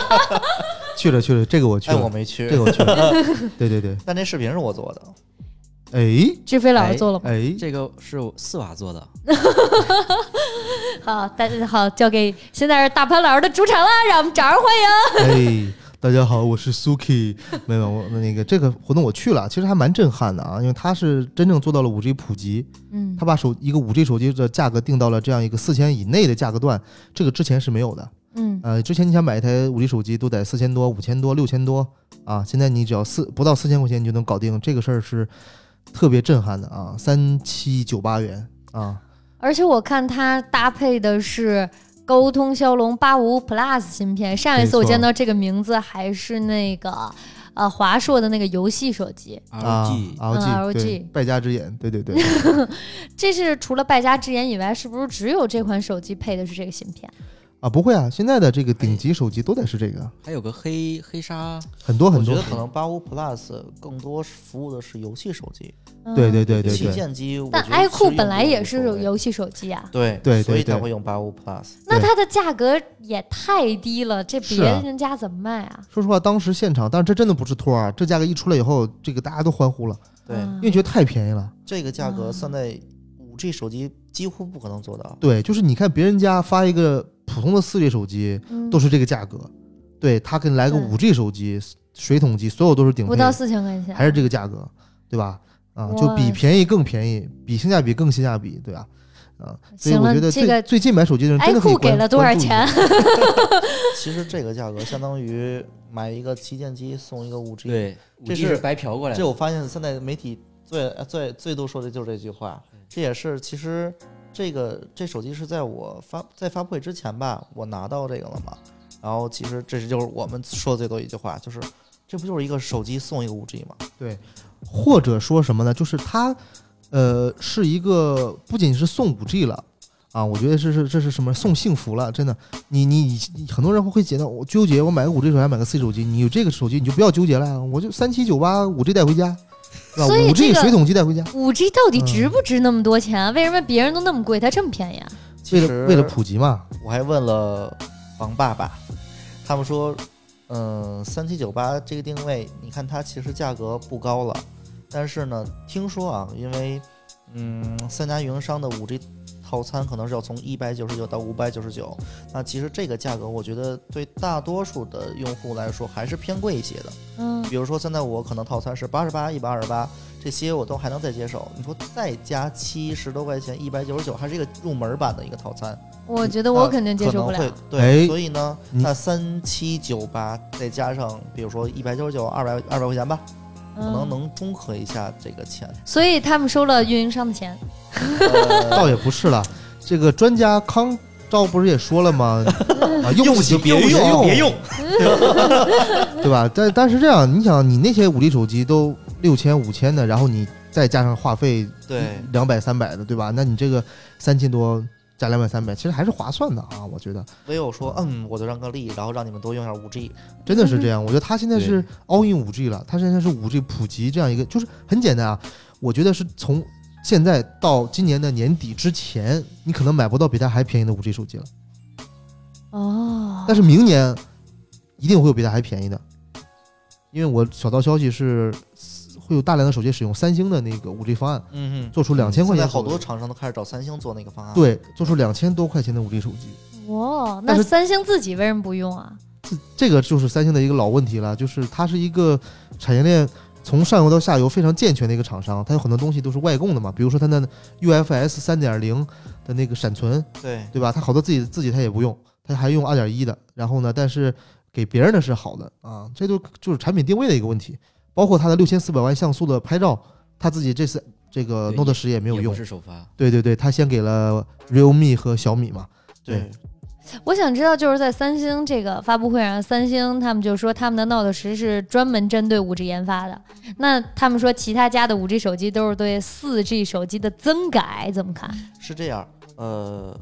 Speaker 2: 去了去了，这个我去
Speaker 4: 哎，
Speaker 2: 了，
Speaker 4: 我没去
Speaker 2: 这，个我 去了。对对对，
Speaker 4: 但这视频是我做的。
Speaker 2: 哎
Speaker 1: 志飞老师做了吗？
Speaker 2: 哎，
Speaker 3: 这个是我四娃做的，
Speaker 1: 哎好，大好，交给现在是大潘老师的主场了，让我们掌声欢迎。
Speaker 2: 哎，大家好，我是 Suki。没有，我那个这个活动我去了，其实还蛮震撼的啊，因为它是真正做到了五 G 普及，
Speaker 1: 嗯
Speaker 2: 他把手一个五 G 手机的价格定到了这样一个四千以内的价格段，这个之前是没有的。
Speaker 1: 嗯，
Speaker 2: 呃，之前你想买一台五 G 手机都得四千多、五千多、六千多啊，现在你只要四不到四千块钱你就能搞定，这个事儿是特别震撼的啊，三七九八元啊，
Speaker 1: 而且我看它搭配的是高通骁龙八五五 Plus 芯片，上一次我
Speaker 2: 没错
Speaker 1: 见到这个名字还是那个呃华硕的那个游戏手机，
Speaker 2: 啊
Speaker 3: RG
Speaker 2: ROG 对
Speaker 1: ROG
Speaker 2: 败家之眼，对对对，
Speaker 1: 这是除了败家之眼以外，是不是只有这款手机配的是这个芯片？
Speaker 2: 啊不会啊，现在的这个顶级手机都得是这个，
Speaker 3: 还有个黑黑鲨，
Speaker 2: 很多
Speaker 4: 我
Speaker 2: 很
Speaker 4: 觉
Speaker 2: 多
Speaker 4: 得，可能八五 Plus 更多服务的是游戏手机，
Speaker 1: 嗯
Speaker 2: 对对对对
Speaker 4: 旗
Speaker 2: 对
Speaker 4: 舰机我觉得
Speaker 1: 但
Speaker 4: 其实
Speaker 1: iQOO
Speaker 4: 用
Speaker 1: 本来
Speaker 4: 过
Speaker 1: 也
Speaker 4: 无
Speaker 1: 是
Speaker 4: 所谓
Speaker 1: 游戏手机啊，
Speaker 4: 对
Speaker 2: 对
Speaker 4: 所以
Speaker 2: 对
Speaker 4: 才
Speaker 2: 对
Speaker 4: 会用八五 Plus。
Speaker 1: 那
Speaker 2: 对
Speaker 1: 它的价格也太低了，这别
Speaker 2: 是啊
Speaker 1: 人家怎么卖啊？
Speaker 2: 说实话，当时现场，但是这真的不是托儿，这价格一出来以后，这个大家都欢呼了，
Speaker 4: 对，
Speaker 1: 嗯
Speaker 2: 因为觉得太便宜了。
Speaker 4: 这个价格
Speaker 1: 啊
Speaker 4: 算在五 G 手机几乎不可能做 到。
Speaker 2: 对，就是你看别人家发一个普通的四 G 手机
Speaker 1: 嗯
Speaker 2: 都是这个价格，对他给你来个
Speaker 1: 对
Speaker 2: 五 G 手机、水桶机，所有都是顶
Speaker 1: 不
Speaker 2: 配，
Speaker 1: 到四千块钱，
Speaker 2: 还是这个价格，对吧？啊，就
Speaker 1: 哇
Speaker 2: 比便宜更便宜，比性价比更性价比，对吧？啊，所以
Speaker 1: 行
Speaker 2: 我
Speaker 1: 了
Speaker 2: 觉得
Speaker 1: 这
Speaker 2: 最、
Speaker 1: 个
Speaker 2: 最近买手机的人真的可以
Speaker 1: iQOO
Speaker 2: 关
Speaker 1: 哎给了多少？
Speaker 2: 关
Speaker 1: 钱
Speaker 2: 注一下？
Speaker 4: 其实这个价格相当于买一个旗舰机送一个五 G。，
Speaker 3: 对，
Speaker 4: 这
Speaker 3: 5G
Speaker 4: 是
Speaker 3: 白嫖过来
Speaker 4: 这
Speaker 3: 的，
Speaker 4: 我发现现在媒体最呃最最多说的就是这句话。
Speaker 2: 嗯
Speaker 4: 这也是其实这个这手机是在我发在发布会之前吧，我拿到这个了嘛。然后其实这是就是我们说的最多一句话，就是这不就是一个手机送一个五 G 吗？
Speaker 2: 或者说什么呢？就是它，呃，是一个不仅是送五 G 了。啊，我觉得这是这是什么送幸福了，真的。你你你，很多人会会觉得我纠结，我买个五 G 手机还买个四 G 手机，你有这个手机你就不要纠结了呀，我就三七九八五 G 带回家，对吧？
Speaker 1: 所以
Speaker 2: 五
Speaker 1: 这
Speaker 2: G
Speaker 1: 个
Speaker 2: 水桶机带回家，
Speaker 1: 五 G 到底
Speaker 2: 嗯
Speaker 1: 值不值那么多钱啊？为什么别人都那么贵，它这么便宜啊？
Speaker 4: 其
Speaker 2: 为
Speaker 4: 实
Speaker 2: 了为了普及嘛。
Speaker 4: 我还问了王爸爸，他们说，嗯，三七九八这个定位，你看它其实价格不高了，但是呢，听说啊，因为嗯，三家运营商的五 G 套餐可能是要从一百九十九到五百九十九，那其实这个价格，我觉得对大多数的用户来说还是偏贵一些的。
Speaker 1: 嗯，
Speaker 4: 比如说现在我可能套餐是八十八、一百二十八，这些我都还能再接受。你说再加七十多块钱，一百九十九，还是一个入门版的一个套餐。
Speaker 1: 我觉得
Speaker 2: 呃
Speaker 1: 我肯定接
Speaker 4: 可
Speaker 1: 受
Speaker 4: 能
Speaker 1: 不
Speaker 4: 会
Speaker 1: 了。
Speaker 4: 对，
Speaker 2: 哎
Speaker 4: 所以呢，
Speaker 2: 你
Speaker 4: 那三七九八再加上比如说一百九十九、二百二百块钱吧，可能
Speaker 1: 嗯，
Speaker 4: 能中和一下这个钱。
Speaker 1: 所以他们收了运营商的钱。
Speaker 2: 倒也不是了，这个专家康昭不是也说了吗？啊，用
Speaker 4: 不
Speaker 2: 不
Speaker 4: 起
Speaker 2: 起
Speaker 4: 别
Speaker 2: 用
Speaker 4: 用
Speaker 2: 不起
Speaker 3: 别用，
Speaker 2: 对吧？但但是这样，你想，你那些五 G 手机都六千、五千的，然后你再加上话费
Speaker 4: 对，
Speaker 1: 嗯
Speaker 2: 两百、三百的，对吧？那你这个三千多加两百、三百，其实还是划算的啊，我觉得
Speaker 4: 唯有说嗯，我就让个利，然后让你们多用点五 G。
Speaker 2: 真的是这样。我觉得它现在是 all in 五 G 了，它现在是五 G 普及这样一个，就是很简单啊。我觉得是从现在到今年的年底之前，你可能买不到比它还便宜的五 G 手机了，
Speaker 1: 哦，
Speaker 2: 但是明年一定会有比它还便宜的，因为我小道消息是会有大量的手机使用三星的那个五 G 方案。
Speaker 4: 嗯
Speaker 2: 做出两千块
Speaker 4: 现在
Speaker 2: 钱
Speaker 4: 好
Speaker 2: 左
Speaker 4: 多
Speaker 2: 右
Speaker 4: 厂商都开始找三星做那个方案。，
Speaker 2: 对，做出两千多块钱的五 G 手机，
Speaker 1: 哇，那
Speaker 2: 但是
Speaker 1: 三星自己为什么不用啊？
Speaker 2: 这个就是三星的一个老问题了，就是它是一个产业链从上游到下游非常健全的一个厂商，它有很多东西都是外供的嘛，比如说它的 UFS 三点零的那个闪存，
Speaker 4: 对，
Speaker 2: 对吧？它好多自己自己它也不用，它还用二点一的，然后呢，但是给别人的是好的啊，这就就是产品定位的一个问题，包括它的六千四百万像素的拍照，它自己这次这个
Speaker 3: 对
Speaker 2: Note 十也没
Speaker 3: 没
Speaker 2: 有用，啊
Speaker 3: 是首发，
Speaker 2: 对对对，它先给了 Realme 和小米嘛，
Speaker 4: 对，
Speaker 1: 我想知道，就是在三星这个发布会上，三星他们就说他们的 Note 十是专门针对 5G 研发的。那他们说其他家的 5G 手机都是对 4G 手机的增改，怎么看？
Speaker 4: 是这样。呃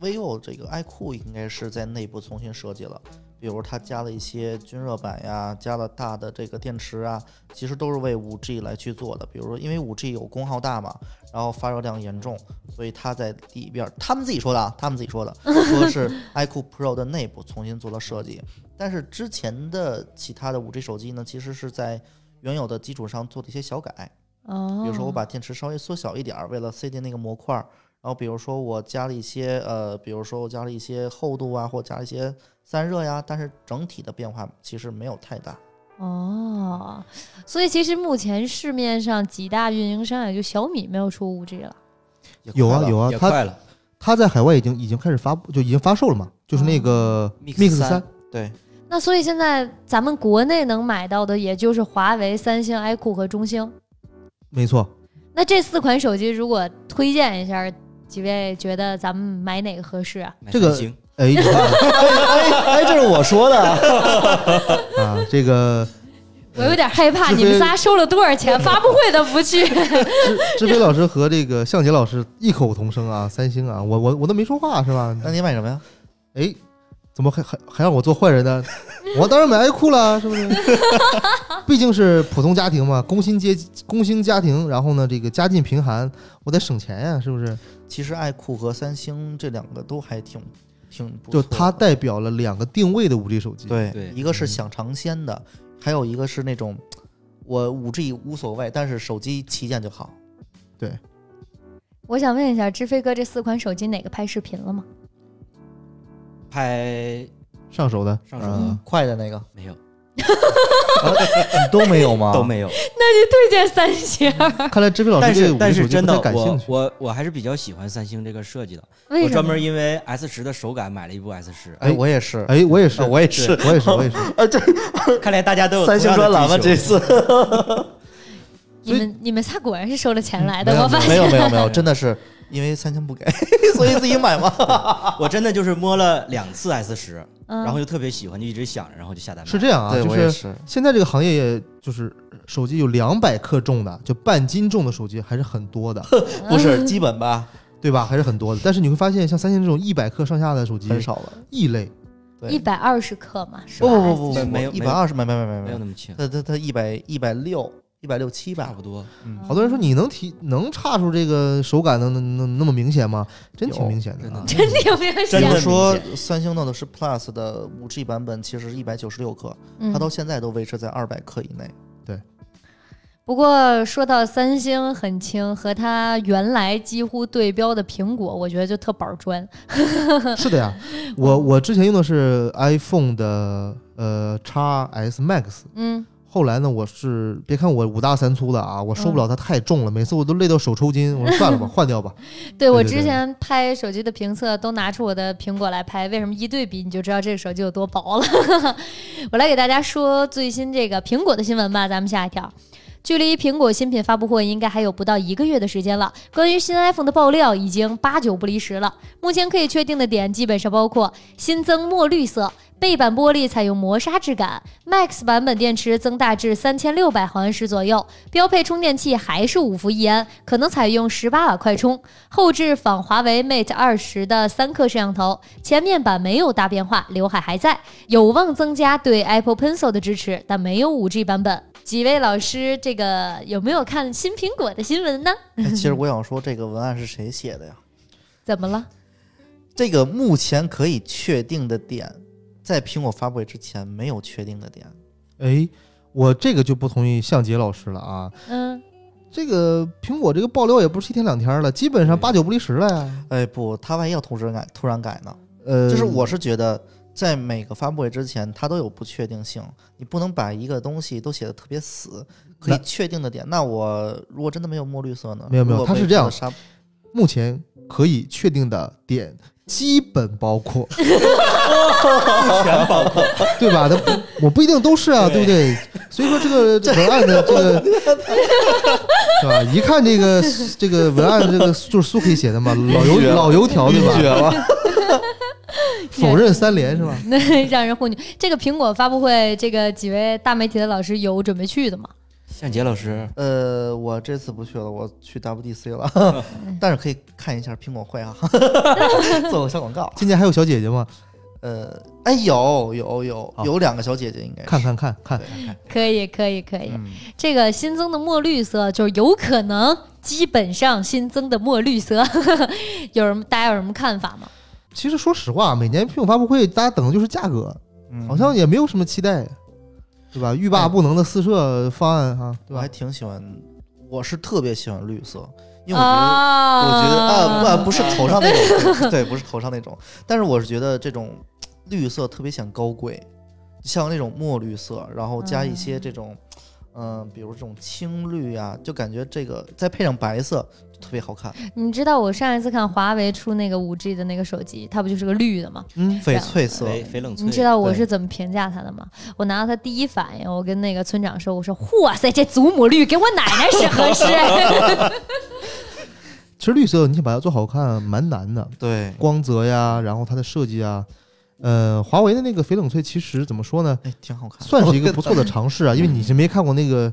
Speaker 4: ，vivo 这个 iQOO 应该是在内部重新设计了，比如它加了一些均热板呀，加了大的这个电池啊，其实都是为 5G 来去做的。比如说，因为 5G 有功耗大嘛，然后发热量严重，所以它在里边，他们自己说的啊，他们自己说的，说是 iQOO Pro 的内部重新做了设计。但是之前的其他的 5G 手机呢，其实是在原有的基础上做了一些小改。
Speaker 1: 哦，
Speaker 4: 比如说我把电池稍微缩小一点儿，为了塞进那个模块儿。然后比如说我加了一些呃，比如说我加了一些厚度啊，或加了一些散热呀，但是整体的变化其实没有太大。
Speaker 1: 哦，所以其实目前市面上几大运营商也就小米没有出 5G 了。
Speaker 4: 也
Speaker 2: 有
Speaker 4: 快
Speaker 2: 啊
Speaker 4: 了
Speaker 2: 有啊
Speaker 3: 也，
Speaker 2: 它
Speaker 3: 快了，
Speaker 2: 它在海外已经已经开始发布，就已经发售了
Speaker 4: 嗯
Speaker 2: 嘛，就是那个
Speaker 3: Mix
Speaker 2: Mix
Speaker 3: 三
Speaker 2: 三，
Speaker 4: 对
Speaker 1: 那所以现在咱们国内能买到的，也就是华为、三星、iQOO 和中兴。
Speaker 2: 没错，
Speaker 1: 那这四款手机，如果推荐一下，几位觉得咱们买哪个合适啊？
Speaker 3: 买
Speaker 2: 这个
Speaker 3: 三星
Speaker 2: 哎， 你看
Speaker 4: 哎，这是我说的，
Speaker 2: 啊，这个
Speaker 1: 我有点害怕，
Speaker 2: 志飞
Speaker 1: 你们仨收了多少钱？发布会都不去。
Speaker 2: 志飞老师和这个向杰老师异口同声啊，三星啊，我我我都没说话是吧？
Speaker 4: 那你买什么呀？
Speaker 2: 哎，怎么还还还让我做坏人 呢？我当然买爱酷了，是不是？毕竟是普通家庭嘛，工薪阶级工薪家庭，然后呢，这个家境贫寒，我得省钱呀、是不是？
Speaker 4: 其实爱酷和三星这两个都还挺挺不
Speaker 2: 就
Speaker 4: 错
Speaker 2: 它
Speaker 4: 的
Speaker 2: 代表了两个定位的五 G 手机，
Speaker 4: 对
Speaker 3: 对
Speaker 4: 一个是想尝鲜的，还有一个是那种我五 G 无所谓，但是手机旗舰就好。
Speaker 1: 我想问一下，志飞哥这四款手机哪个拍视频了吗？
Speaker 3: 拍
Speaker 2: 上手的，
Speaker 3: 上手
Speaker 2: 嗯
Speaker 3: 的
Speaker 4: 快的那个
Speaker 3: 没有
Speaker 4: 都没有吗
Speaker 3: 都没有，
Speaker 1: 推荐三星，
Speaker 2: 看来志啊飞老
Speaker 3: 但
Speaker 2: 师对
Speaker 3: 是
Speaker 2: 五
Speaker 3: 但
Speaker 2: G 手
Speaker 3: 是
Speaker 2: 机
Speaker 3: 真
Speaker 2: 不
Speaker 3: 的
Speaker 2: 太感兴
Speaker 3: 我
Speaker 2: 趣。
Speaker 3: 我我还是比较喜欢三星这个设计的，
Speaker 1: 为什么？
Speaker 3: 我专门因为 S 十的手感买了一部 S 十。
Speaker 4: 哎，我也是。
Speaker 2: 哎，我也是，
Speaker 4: 啊我也是
Speaker 2: 对我也是，我也是。
Speaker 3: 看来大家都有
Speaker 4: 三星
Speaker 3: 同
Speaker 4: 专
Speaker 3: 样的
Speaker 4: 栏吗？
Speaker 3: 追
Speaker 4: 这
Speaker 3: 求
Speaker 4: 次
Speaker 1: 你们你们仨果然是收了钱来的
Speaker 4: 没，有
Speaker 1: 哎我发
Speaker 4: 没
Speaker 1: 现。
Speaker 4: 有没有没 有，真的是因为三星不给， 所以自己买嘛。
Speaker 3: 我真的就是摸了两次 S 十，
Speaker 1: 嗯
Speaker 3: 然后就特别喜欢，就一直想着，然后就下单买。
Speaker 2: 是这样啊，
Speaker 4: 对，
Speaker 2: 就
Speaker 4: 我也
Speaker 2: 是
Speaker 4: 是。
Speaker 2: 现在这个行业，也就是手机有两百克重的，就半斤重的手机还是很多的，
Speaker 1: 嗯
Speaker 4: 不是基本吧，
Speaker 2: 对吧？还是很多的。但是你会发现，像三星这种一百克上下的手机，
Speaker 4: 很少了。
Speaker 2: 异类。
Speaker 4: 对
Speaker 1: 嗯一百二十克嘛，是吧
Speaker 4: 不不不不
Speaker 3: 没
Speaker 4: 不，
Speaker 3: 没有
Speaker 4: 一百二十，没没没
Speaker 3: 没
Speaker 4: 没
Speaker 3: 有
Speaker 4: 没
Speaker 3: 那
Speaker 4: 没，
Speaker 3: 么轻，
Speaker 4: 他他他一百一百六一百六七
Speaker 3: 差
Speaker 4: 吧
Speaker 3: 不。多。
Speaker 1: 嗯
Speaker 2: 好多人说你能提能差出这个手感能能能那么明显吗？ 真挺明显的啊。
Speaker 1: 真的有没有
Speaker 4: 比
Speaker 3: 真的
Speaker 4: 如
Speaker 1: 想？
Speaker 4: 说
Speaker 3: 明
Speaker 4: 三星 Note 十 Plus 的五 G 版本，其实是一百九十六克，
Speaker 1: 嗯
Speaker 4: 它到现在都维持在二百克以内。
Speaker 1: 不过说到三星很轻，和它原来几乎对标的苹果，我觉得就特板砖。
Speaker 2: 是的呀，我我之前用的是 iPhone 的呃 x S Max，
Speaker 1: 嗯，
Speaker 2: 后来呢，我是别看我五大三粗的啊，
Speaker 4: 嗯
Speaker 2: 我受不了它太重了，每次我都累到手抽 筋，我说算了吧，换掉吧。
Speaker 1: 对我
Speaker 2: 对对
Speaker 1: 之前拍手机的评测都拿出我的苹果来拍，为什么一对比你就知道这个手机有多 薄了？我来给大家说最新这个苹果的新闻吧，咱们下一条。距离苹果新品发布会应该还有不到一个月的时间了，关于新 iPhone 的爆料已经八九不离十了。目前可以确定的点基本上包括新增墨绿色。背板玻璃采用磨砂质感，Max 版本电池增大至三千六百毫安时左右，标配充电器还是五伏一安，可能采用十八瓦快充。后置仿华为 Mate 二十的三颗摄像头，前面板没有大变化，刘海还在，有望增加对 Apple Pencil 的支持，但没有 5G 版本。几位老师，这个有没有看新苹果的新闻呢？
Speaker 4: 哎其实我想说，这个文案是谁写的呀？
Speaker 1: 怎么了？
Speaker 4: 这个目前可以确定的点，在苹果发布会之前没有确定的点。
Speaker 2: 哎，我这个就不同意向杰老师了啊。
Speaker 1: 嗯，
Speaker 2: 这个苹果这个爆料也不是一天两天了，基
Speaker 4: 嗯
Speaker 2: 本上八九不离十了呀。
Speaker 4: 哎，不，他万一要突然改，突然改呢？
Speaker 2: 呃，
Speaker 4: 就是我是觉得，在每个发布会之前，它都有不确定性，你不能把一个东西都写的特别死。可以
Speaker 2: 那
Speaker 4: 确定的点，那我如果真的没有墨绿色呢？
Speaker 2: 没有没有
Speaker 4: 如果
Speaker 2: 它是这样
Speaker 4: 沙
Speaker 2: 目前可以确定的点基本包括，
Speaker 3: 全包括。
Speaker 2: 对吧？它不，我不一定都是啊，对
Speaker 3: 对
Speaker 2: 不对？所以说这个这文案的这个，是吧？一看这个这个文案，这个就是苏 K 写的嘛，老油
Speaker 4: 绝了
Speaker 2: 老油条对吧？
Speaker 4: 了，
Speaker 2: 否认三连是吧？
Speaker 1: 那让人混淆。这个苹果发布会，这个几位大媒体的老师有准备去的吗？
Speaker 3: 向杰老师，
Speaker 4: 呃，我这次不去了，我去 WDC 了，
Speaker 2: 嗯
Speaker 4: 但是可以看一下苹果会 啊，做个小广告。
Speaker 2: 今年还有小姐姐吗？
Speaker 4: 呃，哎，有有有
Speaker 2: 好
Speaker 4: 有两个小姐姐应该是
Speaker 2: 看看看看，
Speaker 1: 可以，可以，可以。
Speaker 4: 嗯，
Speaker 1: 这个新增的墨绿色，就是有可能基本上新增的墨绿色， 有什么大家有什么看法吗？
Speaker 2: 其实说实话，每年苹果发布会，大家等的就是价格，
Speaker 4: 嗯哎
Speaker 2: 好像也没有什么期待，对吧？欲罢不能的四射方案哈，对
Speaker 4: 我还
Speaker 2: 吧？
Speaker 4: 挺喜欢，我是特别喜欢绿色，因为我觉得
Speaker 1: 啊
Speaker 4: 我觉得啊不啊不是头上那种，对，不是头上那种，但是我是觉得这种绿色特别显高贵，像那种墨绿色，然后加一些这种，嗯、比如这种青绿啊，就感觉这个再配上白色就特别好看，
Speaker 1: 你知道我上一次看华为出那个五 G 的那个手机，它不就是个绿的吗？
Speaker 2: 嗯，
Speaker 4: 翡翠色。
Speaker 3: 肥肥冷翠，
Speaker 1: 你知道我
Speaker 4: 对
Speaker 1: 是怎么评价它的吗？我拿到它第一反应，我跟那个村长说，我说哇塞，这祖母绿给我奶奶使合适。
Speaker 2: 其实绿色你想把它做好看蛮难的，
Speaker 4: 对，
Speaker 2: 光泽呀，然后它的设计啊，呃，华为的那个翡冷翠其实怎么说呢，
Speaker 4: 哎，挺好看嗯的，
Speaker 2: 算是一个不错的尝 试啊，因为你是没看过那个，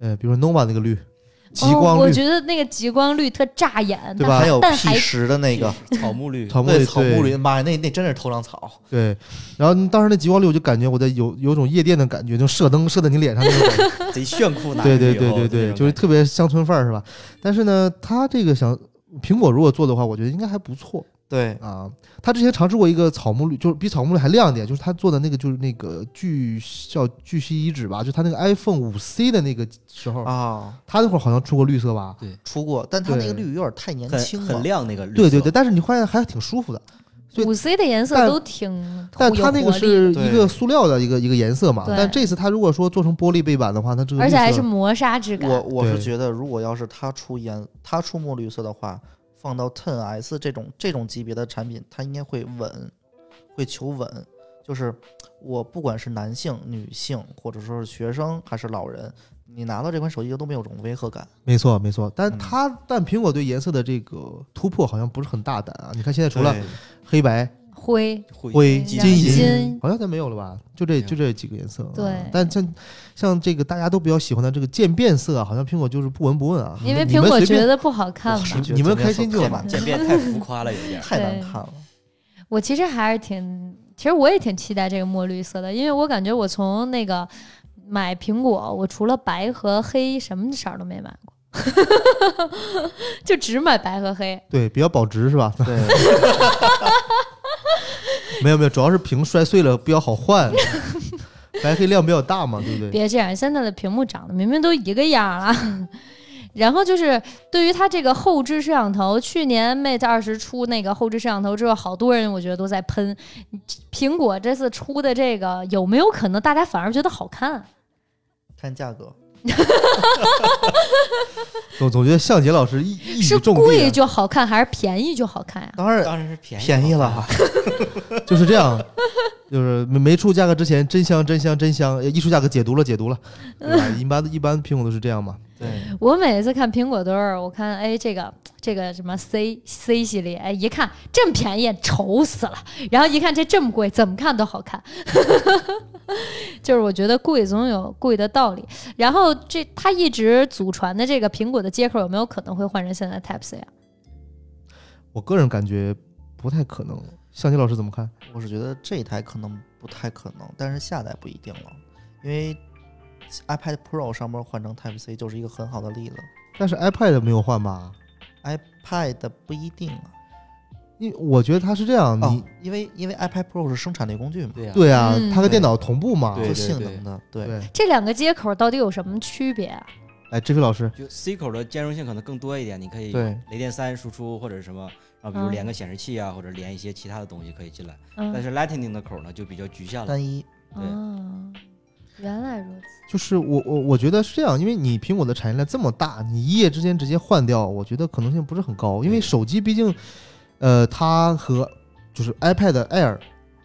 Speaker 2: 呃，比如说 nova 那个绿， 极光
Speaker 1: 哦，我
Speaker 2: 绿，
Speaker 1: 觉得那个极光绿特扎眼，
Speaker 2: 对吧
Speaker 4: 还有
Speaker 1: 但
Speaker 4: P
Speaker 1: 还
Speaker 4: 十的那个，
Speaker 3: 草木绿，
Speaker 2: 草木
Speaker 4: 对
Speaker 2: 绿，
Speaker 4: 草木林，妈呀，那那真是头上草。
Speaker 2: 对，然后当时那极光绿，我就感觉我在有有种夜店的感觉，就射灯射在你脸上那种 感觉。
Speaker 3: 贼炫酷，拿
Speaker 2: 对
Speaker 3: 出
Speaker 2: 对
Speaker 3: 去以
Speaker 2: 对
Speaker 3: 后
Speaker 2: 对
Speaker 3: 这
Speaker 2: 对，
Speaker 3: 种
Speaker 2: 就是
Speaker 3: 感
Speaker 2: 特别乡村范儿是吧？但是呢，它这个想苹果如果做的话，我觉得应该还不错
Speaker 4: 对，
Speaker 2: 啊。它之前尝试过一个草木绿，就是比草木绿还亮一点，就是它做的那个就是那个聚叫聚烯乙酯吧，就它那个 iPhone 五 C 的那个时候，
Speaker 4: 啊，
Speaker 2: 它那会儿好像出过绿色吧？
Speaker 4: 出过，但它那个
Speaker 2: 对
Speaker 4: 绿有点太年
Speaker 3: 觉
Speaker 4: 轻
Speaker 3: 很
Speaker 4: 了
Speaker 3: 很，亮那个绿色，
Speaker 2: 对对对，但是你发现还挺舒服的，对
Speaker 1: 五 C 的颜色
Speaker 2: 但
Speaker 1: 都挺，
Speaker 2: 但
Speaker 1: 有
Speaker 2: 它那
Speaker 1: 活
Speaker 2: 个
Speaker 1: 力
Speaker 2: 是
Speaker 4: 对
Speaker 2: 一个塑料的一个一个颜色嘛，
Speaker 1: 对
Speaker 2: 但这次它如果说做成玻璃背板的话，它这个
Speaker 1: 而且
Speaker 2: 绿
Speaker 1: 还
Speaker 2: 色
Speaker 1: 是磨砂质感。
Speaker 4: 我我是
Speaker 2: 对
Speaker 4: 觉得，如果要是它出颜，它出墨绿色的话，放到 Ten S 这种这种级别的产品，它应该会稳，会求稳。就是我不管是男性、女性，或者说是学生还是老人，你拿到这款手机就都没有种违和感。
Speaker 2: 没错没错，但
Speaker 4: 嗯
Speaker 2: 它、但苹果对颜色的这个突破好像不是很大胆啊。你看现在除了黑白、
Speaker 1: 灰，
Speaker 3: 会
Speaker 2: 灰、
Speaker 1: 金
Speaker 2: 银，
Speaker 1: 金
Speaker 2: 好像再没有了吧？就这就这几个颜色啊。
Speaker 1: 对
Speaker 2: 但像像这个大家都比较喜欢的这个渐变色啊，好像苹果就是不闻不问啊。
Speaker 1: 因为
Speaker 2: 你们
Speaker 1: 苹果
Speaker 2: 随便
Speaker 1: 觉得不好看嘛。
Speaker 4: 是觉得
Speaker 2: 你们
Speaker 4: 这边
Speaker 2: 开
Speaker 4: 色
Speaker 2: 心就
Speaker 4: 太
Speaker 2: 好
Speaker 4: 难
Speaker 3: 渐变太浮夸了，有 点
Speaker 4: 太难
Speaker 1: 对
Speaker 4: 看了。
Speaker 1: 我其实还是挺，其实我也挺期待这个墨绿色的，因为我感觉我从那个买苹果，我除了白和黑，什么色儿都没买过， 就只买白和黑。
Speaker 2: 对比较保值是吧？
Speaker 4: 对，
Speaker 2: 没有没有，主要是屏摔碎了比较 好换，白黑量比较大嘛，对不对？
Speaker 1: 别这样，现在的屏幕长得明明都一个样儿啊。 然后就是对于它这个后置摄像头，去年 Mate 二十出那个后置摄像头之后，好多人我觉得都在喷，苹果这次出的这个有没有可能大家啊反而觉得好看？
Speaker 4: 看价格，
Speaker 2: 总总觉得向杰老师一一
Speaker 1: 是
Speaker 2: 语中啊的
Speaker 1: 贵，就好看还是便宜就好看呀、
Speaker 4: 当然
Speaker 3: 当然是便宜
Speaker 4: 便宜了哈。
Speaker 2: 就是这样，就是没没出价格之前，真香真香真香，一出价格解读了 解读了，对吧？一般一般品种都是这样嘛，
Speaker 3: 对，
Speaker 1: 我每次看苹果都是，我看哎这个这个什么 C C 系列，哎一看这么便宜，丑死了。然后一看这这么贵，怎么看都好看。 就是我觉得贵总有贵的道理。然后这它一直祖传的这个苹果的接口有没有可能会换成现在 Type C 啊？
Speaker 2: 我个人感觉不太可能。向杰老师怎么看？
Speaker 4: 我是觉得这一台可能不太可能，但是下代不一定了，因为 iPad Pro 上面换成 Type C 就是一个很好的例子。
Speaker 2: 但是 iPad 没有换吧？
Speaker 4: iPad 不一定啊，
Speaker 2: 因为我觉得它是这样，你、
Speaker 4: 哦，因为因为 iPad Pro 是生产力工具嘛，
Speaker 3: 对呀、
Speaker 2: 对啊，
Speaker 1: 嗯
Speaker 2: 它跟电脑同步嘛。
Speaker 3: 对
Speaker 4: 做性能的，对
Speaker 2: 对，
Speaker 1: 这两个接口到底有什么区别啊？
Speaker 2: 哎，志飞老师，
Speaker 3: 就 C 口的兼容性可能更多一点，你可以
Speaker 2: 对
Speaker 3: 雷电三输出或者什么，然后比
Speaker 1: 嗯
Speaker 3: 如连个显示器啊，或者连一些其他的东西可以进来。但
Speaker 1: 嗯，
Speaker 3: 是 Lightning 的口呢就比较局限了。
Speaker 4: 单一
Speaker 3: 对
Speaker 1: 哦，原来如此。
Speaker 2: 就是我我我觉得是这样，因为你苹果的产业链这么大，你一夜之间直接换掉，我觉得可能性不是很高，因为
Speaker 3: 对
Speaker 2: 手机毕竟，呃，它和就是 iPad Air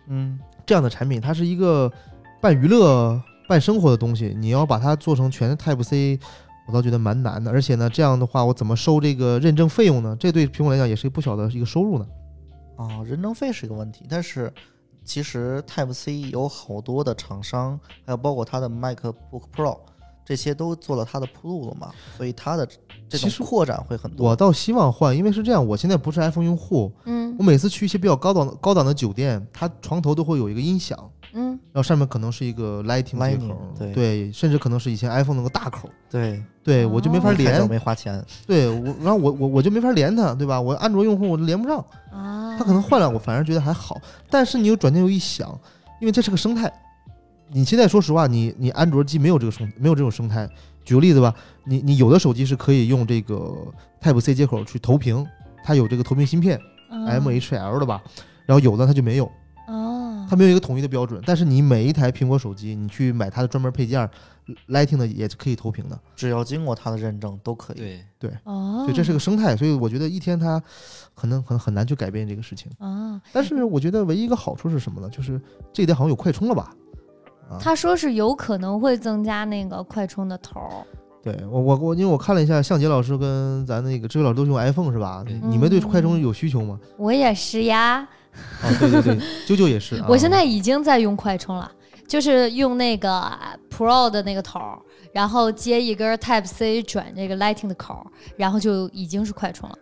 Speaker 4: 嗯，
Speaker 2: 这样的产品，它是一个半娱乐半生活的东西，你要把它做成全 Type C。我倒觉得蛮难的，而且呢，这样的话，我怎么收这个认证费用呢？这对苹果来讲也是不小的一个收入呢。
Speaker 4: 啊，人证费是一个问题，但是其实 Type C 有好多的厂商，还有包括它的 MacBook Pro，这些都做了它的铺路了嘛，所以它的这
Speaker 2: 其实
Speaker 4: 种扩展会很多。
Speaker 2: 我倒希望换，因为是这样，我现在不是 iPhone 用户，
Speaker 1: 嗯
Speaker 2: 我每次去一些比较高档高档的酒店，它床头都会有一个音响，
Speaker 1: 嗯，
Speaker 2: 然后上面可能是一个 Lighting 接
Speaker 4: Lightning，
Speaker 2: 口，
Speaker 4: 对
Speaker 2: 甚至可能是以前 iPhone 那个大口，
Speaker 4: 对，
Speaker 2: 对我就没
Speaker 1: 哦
Speaker 2: 法
Speaker 4: 看着
Speaker 2: 连，
Speaker 4: 没花钱，
Speaker 2: 对我，然后我我我就没法连它，对吧？我安卓用户我都连不上，
Speaker 1: 啊，
Speaker 2: 它可能换了，我反而觉得还好。但是你又转念又一想，因为这是个生态，你现在说实话，你你安卓机没有这个生没有这种生态。举个例子吧，你你有的手机是可以用这个 Type C 接口去投屏，它有这个投屏芯片
Speaker 1: 嗯
Speaker 2: MHL 的吧，然后有的它就没有。
Speaker 1: 哦，
Speaker 2: 它没有一个统一的标准，但是你每一台苹果手机，你去买它的专门配件儿，Lighting 的也是可以投屏的，
Speaker 4: 只要经过它的认证都可以。
Speaker 3: 对，
Speaker 1: 哦，
Speaker 2: 所以这是个生态。所以我觉得一天它可能很很难去改变这个事情。
Speaker 1: 啊。
Speaker 2: 但是我觉得唯一一个好处是什么呢？就是这一代好像有快充了吧？啊
Speaker 1: 他说是有可能会增加那个快充的头儿，
Speaker 2: 对我我我，因为我看了一下，向杰老师跟咱那个志伟老师都用 iPhone 是吧？
Speaker 1: 嗯
Speaker 3: 对
Speaker 2: 你们对快充有需求吗？
Speaker 1: 我也是呀。
Speaker 2: 啊，对对对，啾啾也是。啊
Speaker 1: 我现在已经在用快充了，就是用那个啊 Pro 的那个头儿，然后接一根 Type C 转这个 Lighting 的口儿，然后就已经是快充了，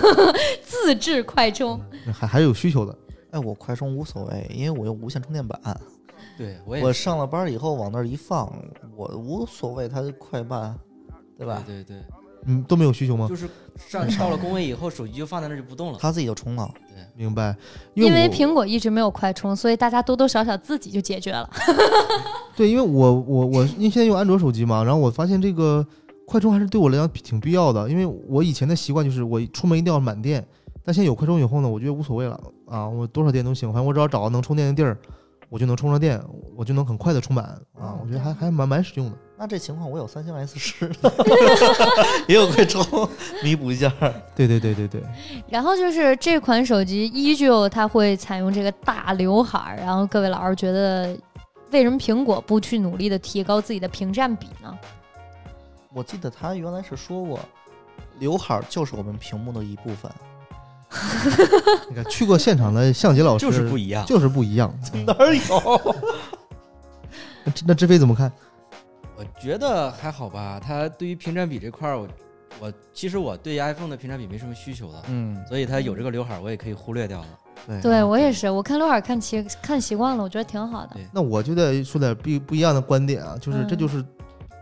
Speaker 1: 自制快充。
Speaker 2: 还还是有需求的。
Speaker 4: 哎，我快充无所谓，因为我用无线充电板，
Speaker 3: 对我也
Speaker 4: 我上了班以后往那儿一放，我无所谓它快慢，对吧？
Speaker 3: 对对
Speaker 2: 嗯，都没有需求
Speaker 3: 对，
Speaker 2: 吗？
Speaker 3: 就是上到了工位以后，手机就放在那儿就不动了。
Speaker 4: 它自己就充了。
Speaker 2: 明白，因为
Speaker 1: 因为
Speaker 2: 我
Speaker 1: 苹果一直没有快充，所以大家多多少少自己就解决了。
Speaker 2: 对，因为我我我因为现在用安卓手机嘛，然后我发现这个快充还是对我来讲挺必要的，因为我以前的习惯就是我出门一定要满电，但现在有快充以后呢，我觉得无所谓了啊，我多少电都行，反正我只要找到能充电的地儿，我就能充上电，我就能很快的充满啊，我觉得还还蛮蛮实用的。
Speaker 4: 那这情况我有三星 S 十， 也有快充，弥补一下。
Speaker 2: 对对对对对，
Speaker 1: 然后就是这款手机依旧它会采用这个大刘海儿，然后各位老师觉得为什么苹果不去努力的提高自己的屏占比
Speaker 2: 哎
Speaker 1: 呢？
Speaker 4: 我记得他原来是说过，刘海儿就是我们屏幕的一部分。
Speaker 2: 你看去过现场的向杰老师
Speaker 3: 就是不一样，
Speaker 2: 就是不一样，
Speaker 4: 哪
Speaker 3: 哎
Speaker 4: 儿有？
Speaker 2: 那那志飞怎么看？
Speaker 3: 我觉得还好吧。它对于屏占比这块儿，我我其实我对 iPhone 的屏占比没什么需求的，
Speaker 4: 嗯，
Speaker 3: 所以它有这个刘海儿，我也可以忽略掉了。
Speaker 4: 对
Speaker 1: 对我也是，我看刘海儿看习看习惯了，我觉得挺好的
Speaker 3: 对。
Speaker 2: 那我就得说点不不一样的观点啊，就是这
Speaker 1: 嗯
Speaker 2: 就是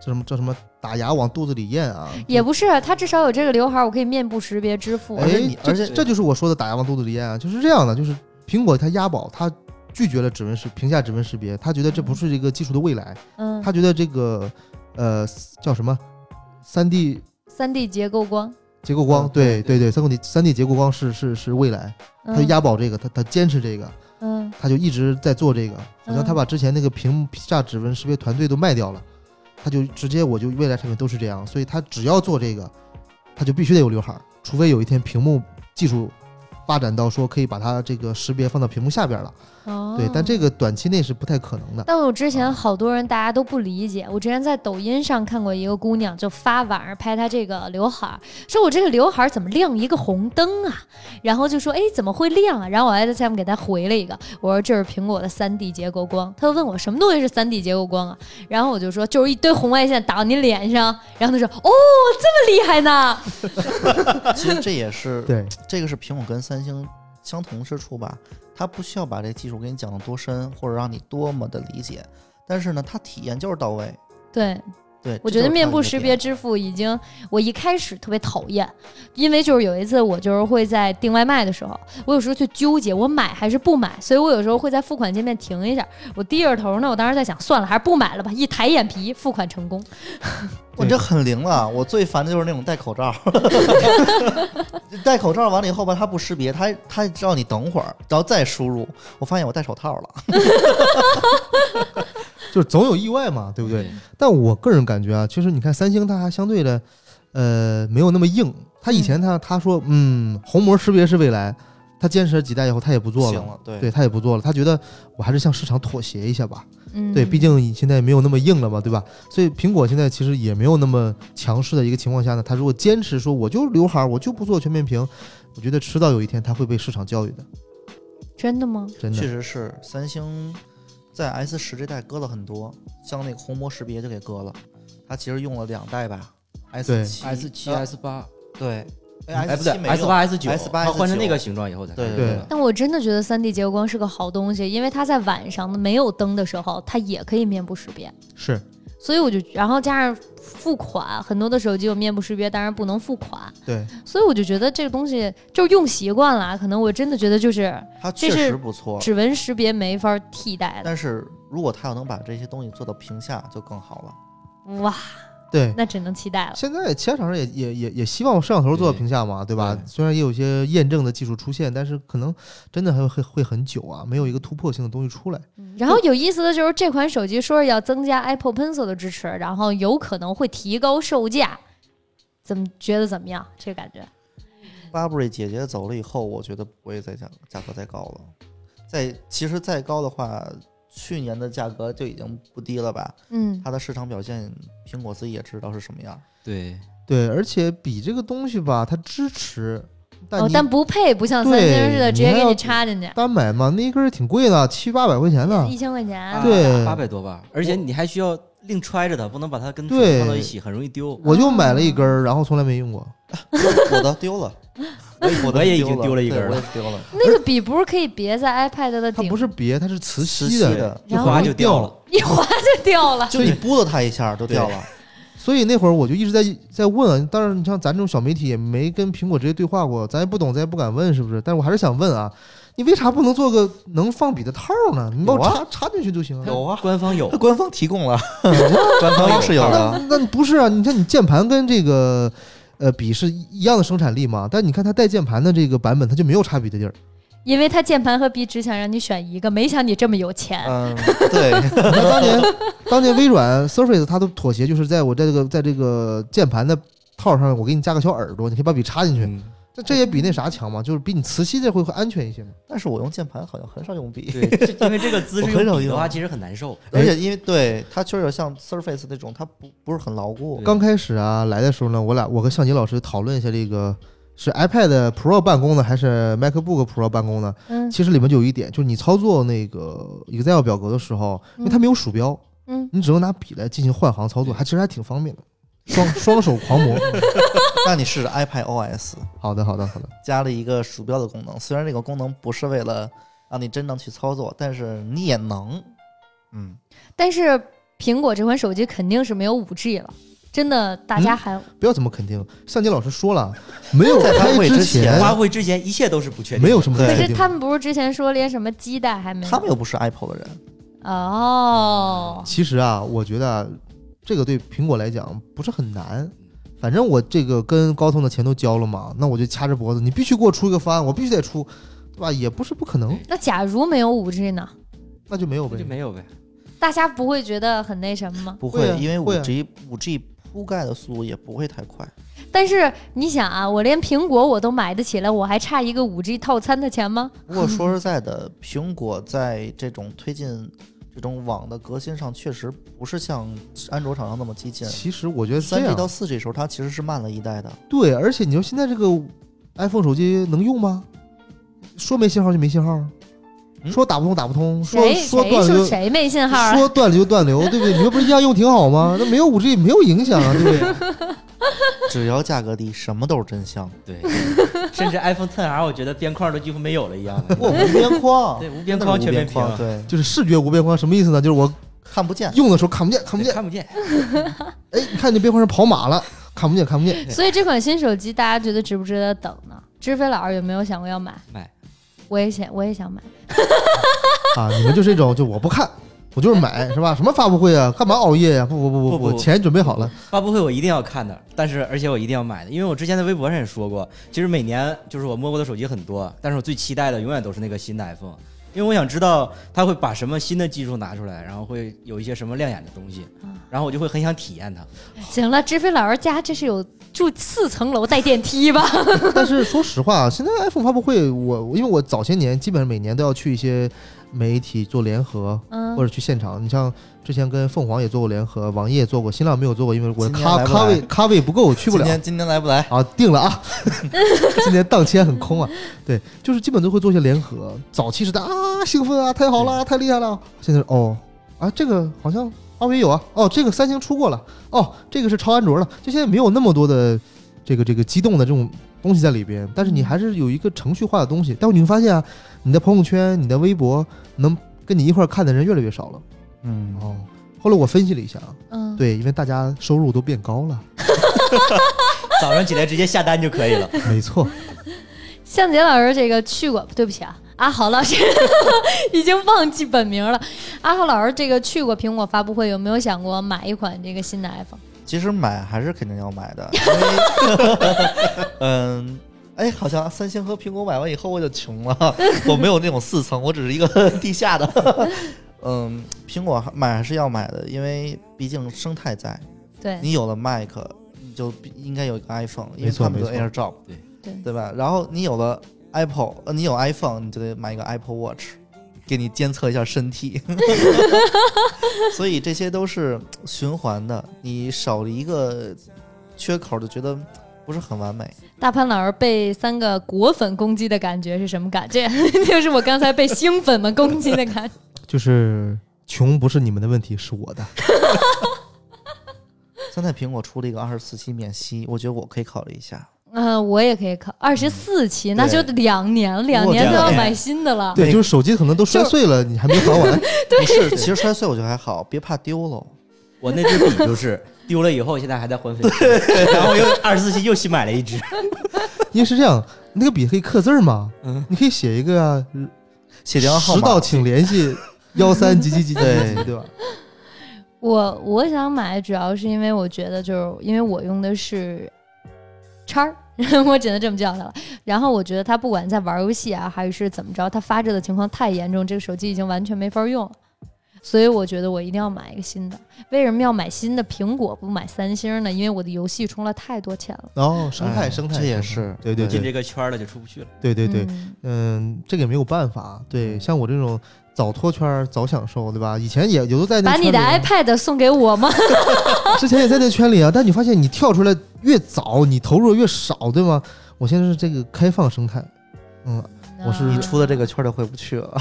Speaker 2: 这什么叫什么打牙往肚子里咽啊，
Speaker 1: 也不是，它至少有这个刘海儿，我可以面部识别支付。
Speaker 4: 而且你
Speaker 2: 哎，这
Speaker 4: 而且
Speaker 2: 这就是我说的打压王肚子里咽啊，就是这样的，就是苹果它押宝，它拒绝了指纹识屏下指纹识别，它觉得这不是这个技术的未来，
Speaker 1: 嗯，
Speaker 2: 它觉得这个呃叫什么三 D
Speaker 1: 三 D 结构光，
Speaker 2: 结构光，
Speaker 3: 嗯
Speaker 2: 对对
Speaker 3: 对
Speaker 2: 对，三 D 三 D 结构光是是是未来，它就
Speaker 1: 嗯
Speaker 2: 押宝这个，它它坚持这个，
Speaker 1: 嗯
Speaker 2: 它就一直在做这个，好像它
Speaker 1: 嗯
Speaker 2: 把之前那个屏下指纹识别团队都卖掉了，它就直接我就未来产品都是这样，所以它只要做这个，它就必须得有刘海儿，除非有一天屏幕技术发展到说可以把它这个识别放到屏幕下边了，
Speaker 1: 哦
Speaker 2: 对，但这个短期内是不太可能 的。
Speaker 1: 但我之前好多人大家都不理解，我之前在抖音上看过一个姑娘就发晚上拍她这个刘海儿，说我这个刘海儿怎么亮一个红灯啊？然后就说哎怎么会亮啊？然后我还在下面给她回了一个，我说这是苹果的三 D 结构光。她就问我什么东西是三 D 结构光啊？然后我就说就是一堆红外线打到你脸上，然后她说哦这么厉害呢？
Speaker 4: 其实这也是
Speaker 2: 对，
Speaker 4: 这个是苹果跟三星相同之处吧，它不需要把这技术给你讲得多深，或者让你多么的理解，但是呢，它体验就是到位。
Speaker 1: 对，
Speaker 4: 对，
Speaker 1: 我
Speaker 4: 这
Speaker 1: 觉得
Speaker 4: 就是
Speaker 1: 面
Speaker 4: 它
Speaker 1: 部
Speaker 4: 的一
Speaker 1: 识
Speaker 4: 个
Speaker 1: 别
Speaker 4: 点
Speaker 1: 支付已经，我一开始特别讨厌，因为就是有一次我就是会在订外卖的时候，我有时候就纠结我买还是不买，所以我有时候会在付款界面停一下。我低着头呢，我当时在想，算了，还是不买了吧。一抬眼皮，付款成功。
Speaker 4: 我这很灵了，我最烦的就是那种戴口 罩，戴口罩完了以后吧，它不识别，它它让你等会儿，然后再输入，我发现我戴手套了。
Speaker 2: 就是总有意外嘛，对不对？但我个人感觉啊，其实你看三星它还相对的，呃，没有那么硬。它以前它它说，嗯，虹膜识别是未来，它坚持了几代以后，它也不做
Speaker 4: 行
Speaker 2: 了，
Speaker 4: 了，对
Speaker 2: 对，它也不做了。它觉得我还是向市场妥协一下吧，
Speaker 1: 嗯，
Speaker 2: 对，毕竟现在没有那么硬了嘛，对吧？所以苹果现在其实也没有那么强势的一个情况下呢，它如果坚持说我就刘海儿，我就不做全面屏，我觉得迟早有一天它会被市场教育的，
Speaker 1: 真的吗？
Speaker 2: 真
Speaker 4: 确
Speaker 2: 的。
Speaker 4: 实是三星在 S 十这代割了很多，像那个虹膜识别就给割了，它其实用了两代吧，S 七
Speaker 5: S 七、
Speaker 4: 呃
Speaker 5: S 八，
Speaker 4: 对，
Speaker 3: 哎，不对
Speaker 4: 呃七没
Speaker 3: ，S
Speaker 4: 用
Speaker 3: 八、S 九
Speaker 4: S8
Speaker 3: 它换成
Speaker 4: S9
Speaker 3: 那个形状以后才
Speaker 4: 对
Speaker 3: 看
Speaker 2: 对
Speaker 3: 吧
Speaker 1: 但我真的觉得三 D 结构光是个好东西，因为它在晚上没有灯的时候，它也可以面部识别。
Speaker 2: 是，
Speaker 1: 所以我就，然后加上付款，很多的手机有面部识别，当然不能付款。
Speaker 2: 对，
Speaker 1: 所以我就觉得这个东西就是用习惯了，可能我真的觉得就是
Speaker 4: 它
Speaker 1: 这
Speaker 4: 确
Speaker 1: 是
Speaker 4: 实不错，
Speaker 1: 指纹识别没法替代的。
Speaker 4: 但是如果它要能把这些东西做到屏下就更好了。
Speaker 1: 哇，
Speaker 2: 对。
Speaker 1: 那只能期待了。
Speaker 2: 现在其他厂商也也也也希望摄像头做到屏下嘛，对吧？
Speaker 3: 对
Speaker 2: 虽然也有一些验证的技术出现，但是可能真的还会会会很久啊，没有一个突破性的东西出来。
Speaker 1: 嗯然后有意思的就是这款手机说是要增加 Apple Pencil 的支持，然后有可能会提高售价，怎么觉得怎么样？这个感觉，
Speaker 4: Burberry 姐姐走了以后，我觉得不会再价价格再高了。再其实再高的话，去年的价格就已经不低了吧？
Speaker 1: 嗯，
Speaker 4: 它的市场表现，苹果自己也知道是什么样。
Speaker 3: 对，
Speaker 2: 对，而且比这个东西吧，它支持，但
Speaker 1: 哦，
Speaker 2: 你
Speaker 1: 但不配，不像三
Speaker 2: 对
Speaker 1: 星似的直接
Speaker 2: 你还
Speaker 1: 给
Speaker 2: 要
Speaker 1: 你插进去，
Speaker 2: 单买嘛，那一根儿挺贵的，七八百块钱呢
Speaker 1: 一。千块钱。
Speaker 2: 对
Speaker 3: 八百多吧，而且你还需要另揣着它，不能把它跟手
Speaker 2: 对
Speaker 3: 机放到一起，很容易丢。
Speaker 2: 我就买了一根儿，然后从来
Speaker 1: 啊
Speaker 2: 没用过。
Speaker 4: 我的丢了，我的
Speaker 3: 我也已经
Speaker 4: 丢
Speaker 3: 丢了一根
Speaker 4: 对
Speaker 3: 儿
Speaker 4: 我
Speaker 3: 了
Speaker 4: 也丢了，
Speaker 1: 那个笔不是可以别在 iPad 的
Speaker 2: 它
Speaker 1: 顶
Speaker 2: 不，是别，它是磁吸
Speaker 4: 吸
Speaker 2: 的，
Speaker 4: 的，
Speaker 3: 一
Speaker 1: 然后
Speaker 3: 划就掉了。
Speaker 1: 一划就掉了。
Speaker 4: 就你拨了它一下就掉了。
Speaker 2: 所以那会儿我就一直在在问啊，当然你像咱这种小媒体也没跟苹果直接对话过，咱也不懂，咱也不敢问是不是？但是我还是想问啊，你为啥不能做个能放笔的套呢？你把我
Speaker 4: 有啊
Speaker 2: 插、插进去就行啊。
Speaker 3: 有啊，官方有
Speaker 4: 它，官方提 供了，
Speaker 3: 官
Speaker 4: 官
Speaker 3: 方
Speaker 4: 方
Speaker 3: 有
Speaker 4: 是有的。
Speaker 2: 那那不是啊？你看你键盘跟这个呃笔是一样的生产力嘛，但你看它带键盘的这个版本，它就没有插笔的地儿。
Speaker 1: 因为它键盘和笔只想让你选一个，没想你这么有钱。
Speaker 4: 嗯，对，
Speaker 2: 你看当年当年微软 Surface 它的妥协就是在我在这个在这个键盘的套上，我给你加个小耳朵，你可以把笔插进去。
Speaker 3: 嗯
Speaker 2: 这这也比那啥强嘛，就是比你磁吸的会会安全一些嘛。
Speaker 4: 但是我用键盘好像很少用笔，
Speaker 3: 对，这因为这个姿势
Speaker 4: 我很少
Speaker 3: 用笔的
Speaker 4: 用
Speaker 3: 话，其实很难受。
Speaker 4: 而且因为对它确实有像 Surface 那种，它不不是很牢固
Speaker 3: 对。
Speaker 2: 刚开始啊来的时候呢，我俩我跟向杰老师讨论一下这个是 iPad Pro 办公呢，还是 MacBook Pro 办公呢？
Speaker 1: 嗯
Speaker 2: 其实里面就有一点，就是你操作那个 Excel 表格的时候，因为它没有鼠标，
Speaker 1: 嗯，
Speaker 2: 你只能拿笔来进行换行操作，还其实还挺方便的。双双手狂魔，
Speaker 4: 那你试试 iPad OS。
Speaker 2: 好的好的好的，
Speaker 4: 加了一个鼠标的功能，虽然这个功能不是为了让你真正去操作，但是你也能，嗯，
Speaker 1: 但是苹果这款手机肯定是没有五 G 了，真的，大家还、
Speaker 2: 不要这么肯定。向杰老师说了， 没有
Speaker 4: 在
Speaker 2: 开
Speaker 4: 开会之前
Speaker 3: 发
Speaker 2: 前
Speaker 3: 布会之前，一切都是不确定的，
Speaker 2: 没有什么
Speaker 4: 对
Speaker 1: 可
Speaker 2: 确
Speaker 1: 是
Speaker 2: 定。
Speaker 1: 他们不是之前说连什么基带还没有？
Speaker 4: 他们又不是 Apple 的人，
Speaker 1: 哦，
Speaker 2: 其实啊，我觉得啊这个对苹果来讲不是很难。反正我这个跟高通的钱都交了嘛，那我就掐着脖子，你必须给我出一个方案，我必须得出，对吧？也不是不可能，
Speaker 1: 那假如没有五 G 呢？
Speaker 2: 那就没有
Speaker 3: 那
Speaker 2: 呗
Speaker 3: 就。没有呗。
Speaker 1: 大家不会觉得很那什么吗？
Speaker 4: 不
Speaker 2: 会啊
Speaker 4: 因为
Speaker 2: 会啊
Speaker 4: 五 G 五 G 铺盖的速度也不会太快，
Speaker 1: 但是你想啊，我连苹果我都买得起了，我还差一个五 G 套餐的钱吗？
Speaker 4: 不过说实在的，苹果在这种推进这种网的革新上，确实不是像安卓厂商那么激进。
Speaker 2: 其实我觉得这
Speaker 4: 三 G
Speaker 2: 样
Speaker 4: 到四 G 时候，它其实是慢了一代的。
Speaker 2: 对，而且你说现在这个 iPhone 手机能用吗？说没信号就没信号，
Speaker 4: 嗯
Speaker 2: 说打不通打不通，说
Speaker 1: 谁
Speaker 2: 说
Speaker 1: 谁
Speaker 2: 断了
Speaker 1: 说
Speaker 2: 就
Speaker 1: 谁没 信号啊？
Speaker 2: 说断流就断流，对不对？你们不是一样用挺好吗？那没有五 G 没有影响啊，对 不对？
Speaker 4: 只要价格低，什么都是真香。
Speaker 3: 对，甚至 iPhone x R 我觉得边框都几乎没有了一样的。
Speaker 4: 我无边框，
Speaker 3: 对无边框全
Speaker 4: 真的是无边
Speaker 3: 面屏啊
Speaker 4: 框，对，
Speaker 2: 啊就是视觉无边框，什么意思呢？就是我
Speaker 4: 看不见。
Speaker 2: 用的时候看不见，看不
Speaker 3: 对
Speaker 2: 见。
Speaker 3: 看不见，
Speaker 2: 哎，你看你边框上跑马了，看不见，看不见。
Speaker 1: 所以这款新手机大家觉得值不值得等呢？知飞老师有没有想过要买？
Speaker 3: 买，
Speaker 1: 我也想，我也想买。
Speaker 2: 啊，你们就是这种，就我不看，我就是买，是吧？什么发布会啊，干嘛熬夜呀、不不不
Speaker 3: 不
Speaker 2: 不
Speaker 3: 不不
Speaker 2: 钱准备好了。
Speaker 3: 发布会我一定要看的，但是而且我一定要买的，因为我之前在微博上也说过，其实每年就是我摸过的手机很多，但是我最期待的永远都是那个新的 iPhone，因为我想知道它会把什么新的技术拿出来，然后会有一些什么亮眼的东西
Speaker 1: 啊，
Speaker 3: 然后我就会很想体验它。
Speaker 1: 行了，知飞老师家这是有住四层楼带电梯吧？
Speaker 2: 但是说实话啊，现在 iPhone 发布会，我我因为我早些年基本上每年都要去一些媒体做联合，
Speaker 1: 嗯
Speaker 2: 或，者去现场。你像之前跟凤凰也做过联合，网易也做过，新浪没有做过，因为我
Speaker 4: 今年
Speaker 2: 咖
Speaker 4: 来不
Speaker 2: 咖位
Speaker 4: 来
Speaker 2: 咖位不够，我去不了
Speaker 4: 今。天今天来不来？
Speaker 2: 啊，定了啊！ 今年档期还很空啊。对，就是基本都会做一些联合。早期是大家啊兴奋啊，太好了，太厉害了。现在是哦啊，这个好像华为有啊，哦，这个三星出过了，哦，这个是超安卓了。就现在没有那么多的这个这个激动的这种东西在里边，但是你还是有一个程序化的东西。但你会发现啊，你的朋友圈、你的微博能跟你一块儿看的人越来越少了。
Speaker 4: 嗯，
Speaker 2: 哦，后来我分析了一下啊，
Speaker 1: 嗯，
Speaker 2: 对，因为大家收入都变高了，
Speaker 3: 早上起来直接下单就可以了。
Speaker 2: 没错。
Speaker 1: 向杰老师这个去过，对不起啊，阿豪老师 已经忘记本名了。阿豪老师这个去过苹果发布会，有没有想过买一款这个新的 iPhone？
Speaker 4: 其实买还是肯定要买 的，因为 嗯。哎，好像三星和苹果买完以后我就穷 了，我没有那种四层，我只是一个地下的。 嗯，苹果还买还是要买的，因为毕竟生态在，
Speaker 1: 对
Speaker 4: 你有了 Mac，你就必应该有一个 iPhone，因
Speaker 2: 没
Speaker 4: 为
Speaker 2: 错
Speaker 4: 他们有
Speaker 2: 没错
Speaker 4: AirDrop，
Speaker 1: 对
Speaker 4: 对吧？然后你有了 Apple，呃，你有 iPhone，你就得买一个 Apple Watch，给你监测一下身体。所以这些都是循环的，你少了一个缺口，就觉得不是很完美。
Speaker 1: 大潘老师被三个果粉攻击的感觉是什么感觉？ 就是我刚才被星粉们攻击的感觉。
Speaker 2: 就是穷不是你们的问题，是我的。
Speaker 4: 现在苹果出了一个二十四期免息，我觉得我可以考虑一下。
Speaker 1: 嗯、我也可以考二十四期，那就
Speaker 4: 对
Speaker 1: 两年，两
Speaker 4: 我
Speaker 1: 年
Speaker 4: 觉
Speaker 1: 都
Speaker 4: 得
Speaker 1: 要
Speaker 4: 哎
Speaker 1: 买新的了。
Speaker 2: 对，就是手机可能都摔碎了，你还没还完。
Speaker 4: 不是，其实摔碎我觉得还好，别怕丢了。
Speaker 3: 我那支笔就是丢了以后，现在还在还粉，然后又二十四 期又新买了一支，
Speaker 2: 因为是这样，那个笔可以刻字儿嘛，
Speaker 3: 嗯
Speaker 2: 你可以写一个啊，
Speaker 4: 写电话号
Speaker 2: 迟到
Speaker 4: 码，
Speaker 2: 请联系幺三几几几几几，
Speaker 4: 对
Speaker 2: 对吧？
Speaker 1: 我我想买，主要是因为我觉得，就是因为我用的是叉儿， 我只能这么叫它了。然后我觉得它不管在玩游戏啊，还是怎么着，它发热的情况太严重，这个手机已经完全没法用了。所以我觉得我一定要买一个新的。为什么要买新的苹果不买三星呢？因为我的游戏充了太多钱了。
Speaker 2: 哦，生态
Speaker 4: 哎
Speaker 2: 生态，
Speaker 4: 这也
Speaker 2: 生态
Speaker 4: 是
Speaker 2: 对对
Speaker 3: 进
Speaker 2: 对
Speaker 3: 这个圈儿了就出不去了。
Speaker 2: 对对对，
Speaker 1: 嗯
Speaker 2: 嗯，这个也没有办法。对，像我这种早脱圈儿早享受，对吧？以前也有的在那
Speaker 1: 把
Speaker 2: 个
Speaker 1: 你的
Speaker 2: 圈里啊
Speaker 1: iPad 送给我吗？
Speaker 2: 之前也在那圈里啊，但你发现你跳出来越早，你投入越少，对吗？我现在是这个开放生态，嗯，我是
Speaker 4: 你出的这个圈儿就回不去了。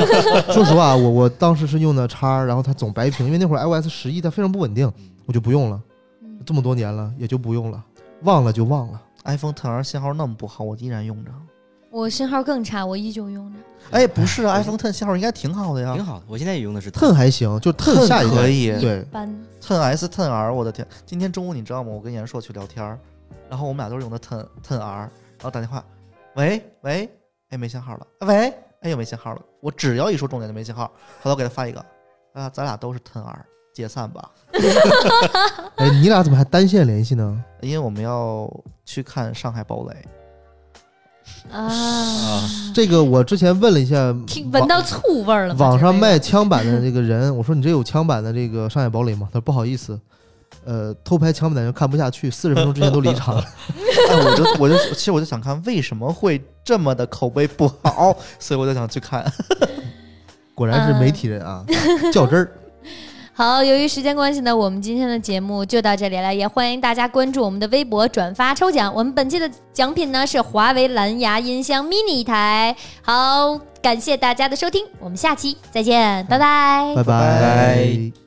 Speaker 2: 说实话，我我当时是用的叉，然后它总白屏，因为那会儿 iOS 十一它非常不稳定，我就不用了。
Speaker 1: 嗯
Speaker 2: 这么多年了，也就不用了，忘了就忘了。
Speaker 4: iPhone X R 信号那么不好，我依然用着。
Speaker 1: 我信号更差，我依旧用着。
Speaker 4: 哎，不是啊，iPhone Ten 信号应该挺好的呀
Speaker 3: 挺。好的，我现在也用的是
Speaker 2: Ten 还行，就 Ten 下一代
Speaker 4: 可以
Speaker 2: 对，
Speaker 1: 般
Speaker 4: ，Ten S、Ten R，我的天！今天中午你知道吗？我跟严硕去聊天儿，然后我们俩都是用的 Ten Ten R，然后打电话，喂喂，哎没信号了，喂，哎又没信号了。我只要一说重点就没信号，后来我给他发一个，啊，咱俩都是 Ten R，解散吧，
Speaker 2: 哎，你俩怎么还单线联系呢？
Speaker 4: 因为我们要去看上海堡垒。
Speaker 1: 啊，
Speaker 2: 这个我之前问了一下，
Speaker 1: 听
Speaker 2: 网
Speaker 1: 闻到醋味儿了吗。
Speaker 2: 网上嗯
Speaker 1: 这个
Speaker 2: 卖枪版的这个人，我说你这有枪版的这个上海堡垒吗？他说不好意思，呃，偷拍枪版的人看不下去，四十分钟之前都离场了。
Speaker 4: 哎，我就我就其实我就想看为什么会这么的口碑不好，所以我就想去看。
Speaker 2: 果然是媒体 人啊，较真儿。
Speaker 1: 好，由于时间关系呢，我们今天的节目就到这里了，也欢迎大家关注我们的微博、转发、抽奖。我们本期的奖品呢是华为蓝牙音箱 mini 一台。好，感谢大家的收听，我们下期再见，拜拜
Speaker 2: 拜
Speaker 3: 拜
Speaker 2: 拜
Speaker 3: 拜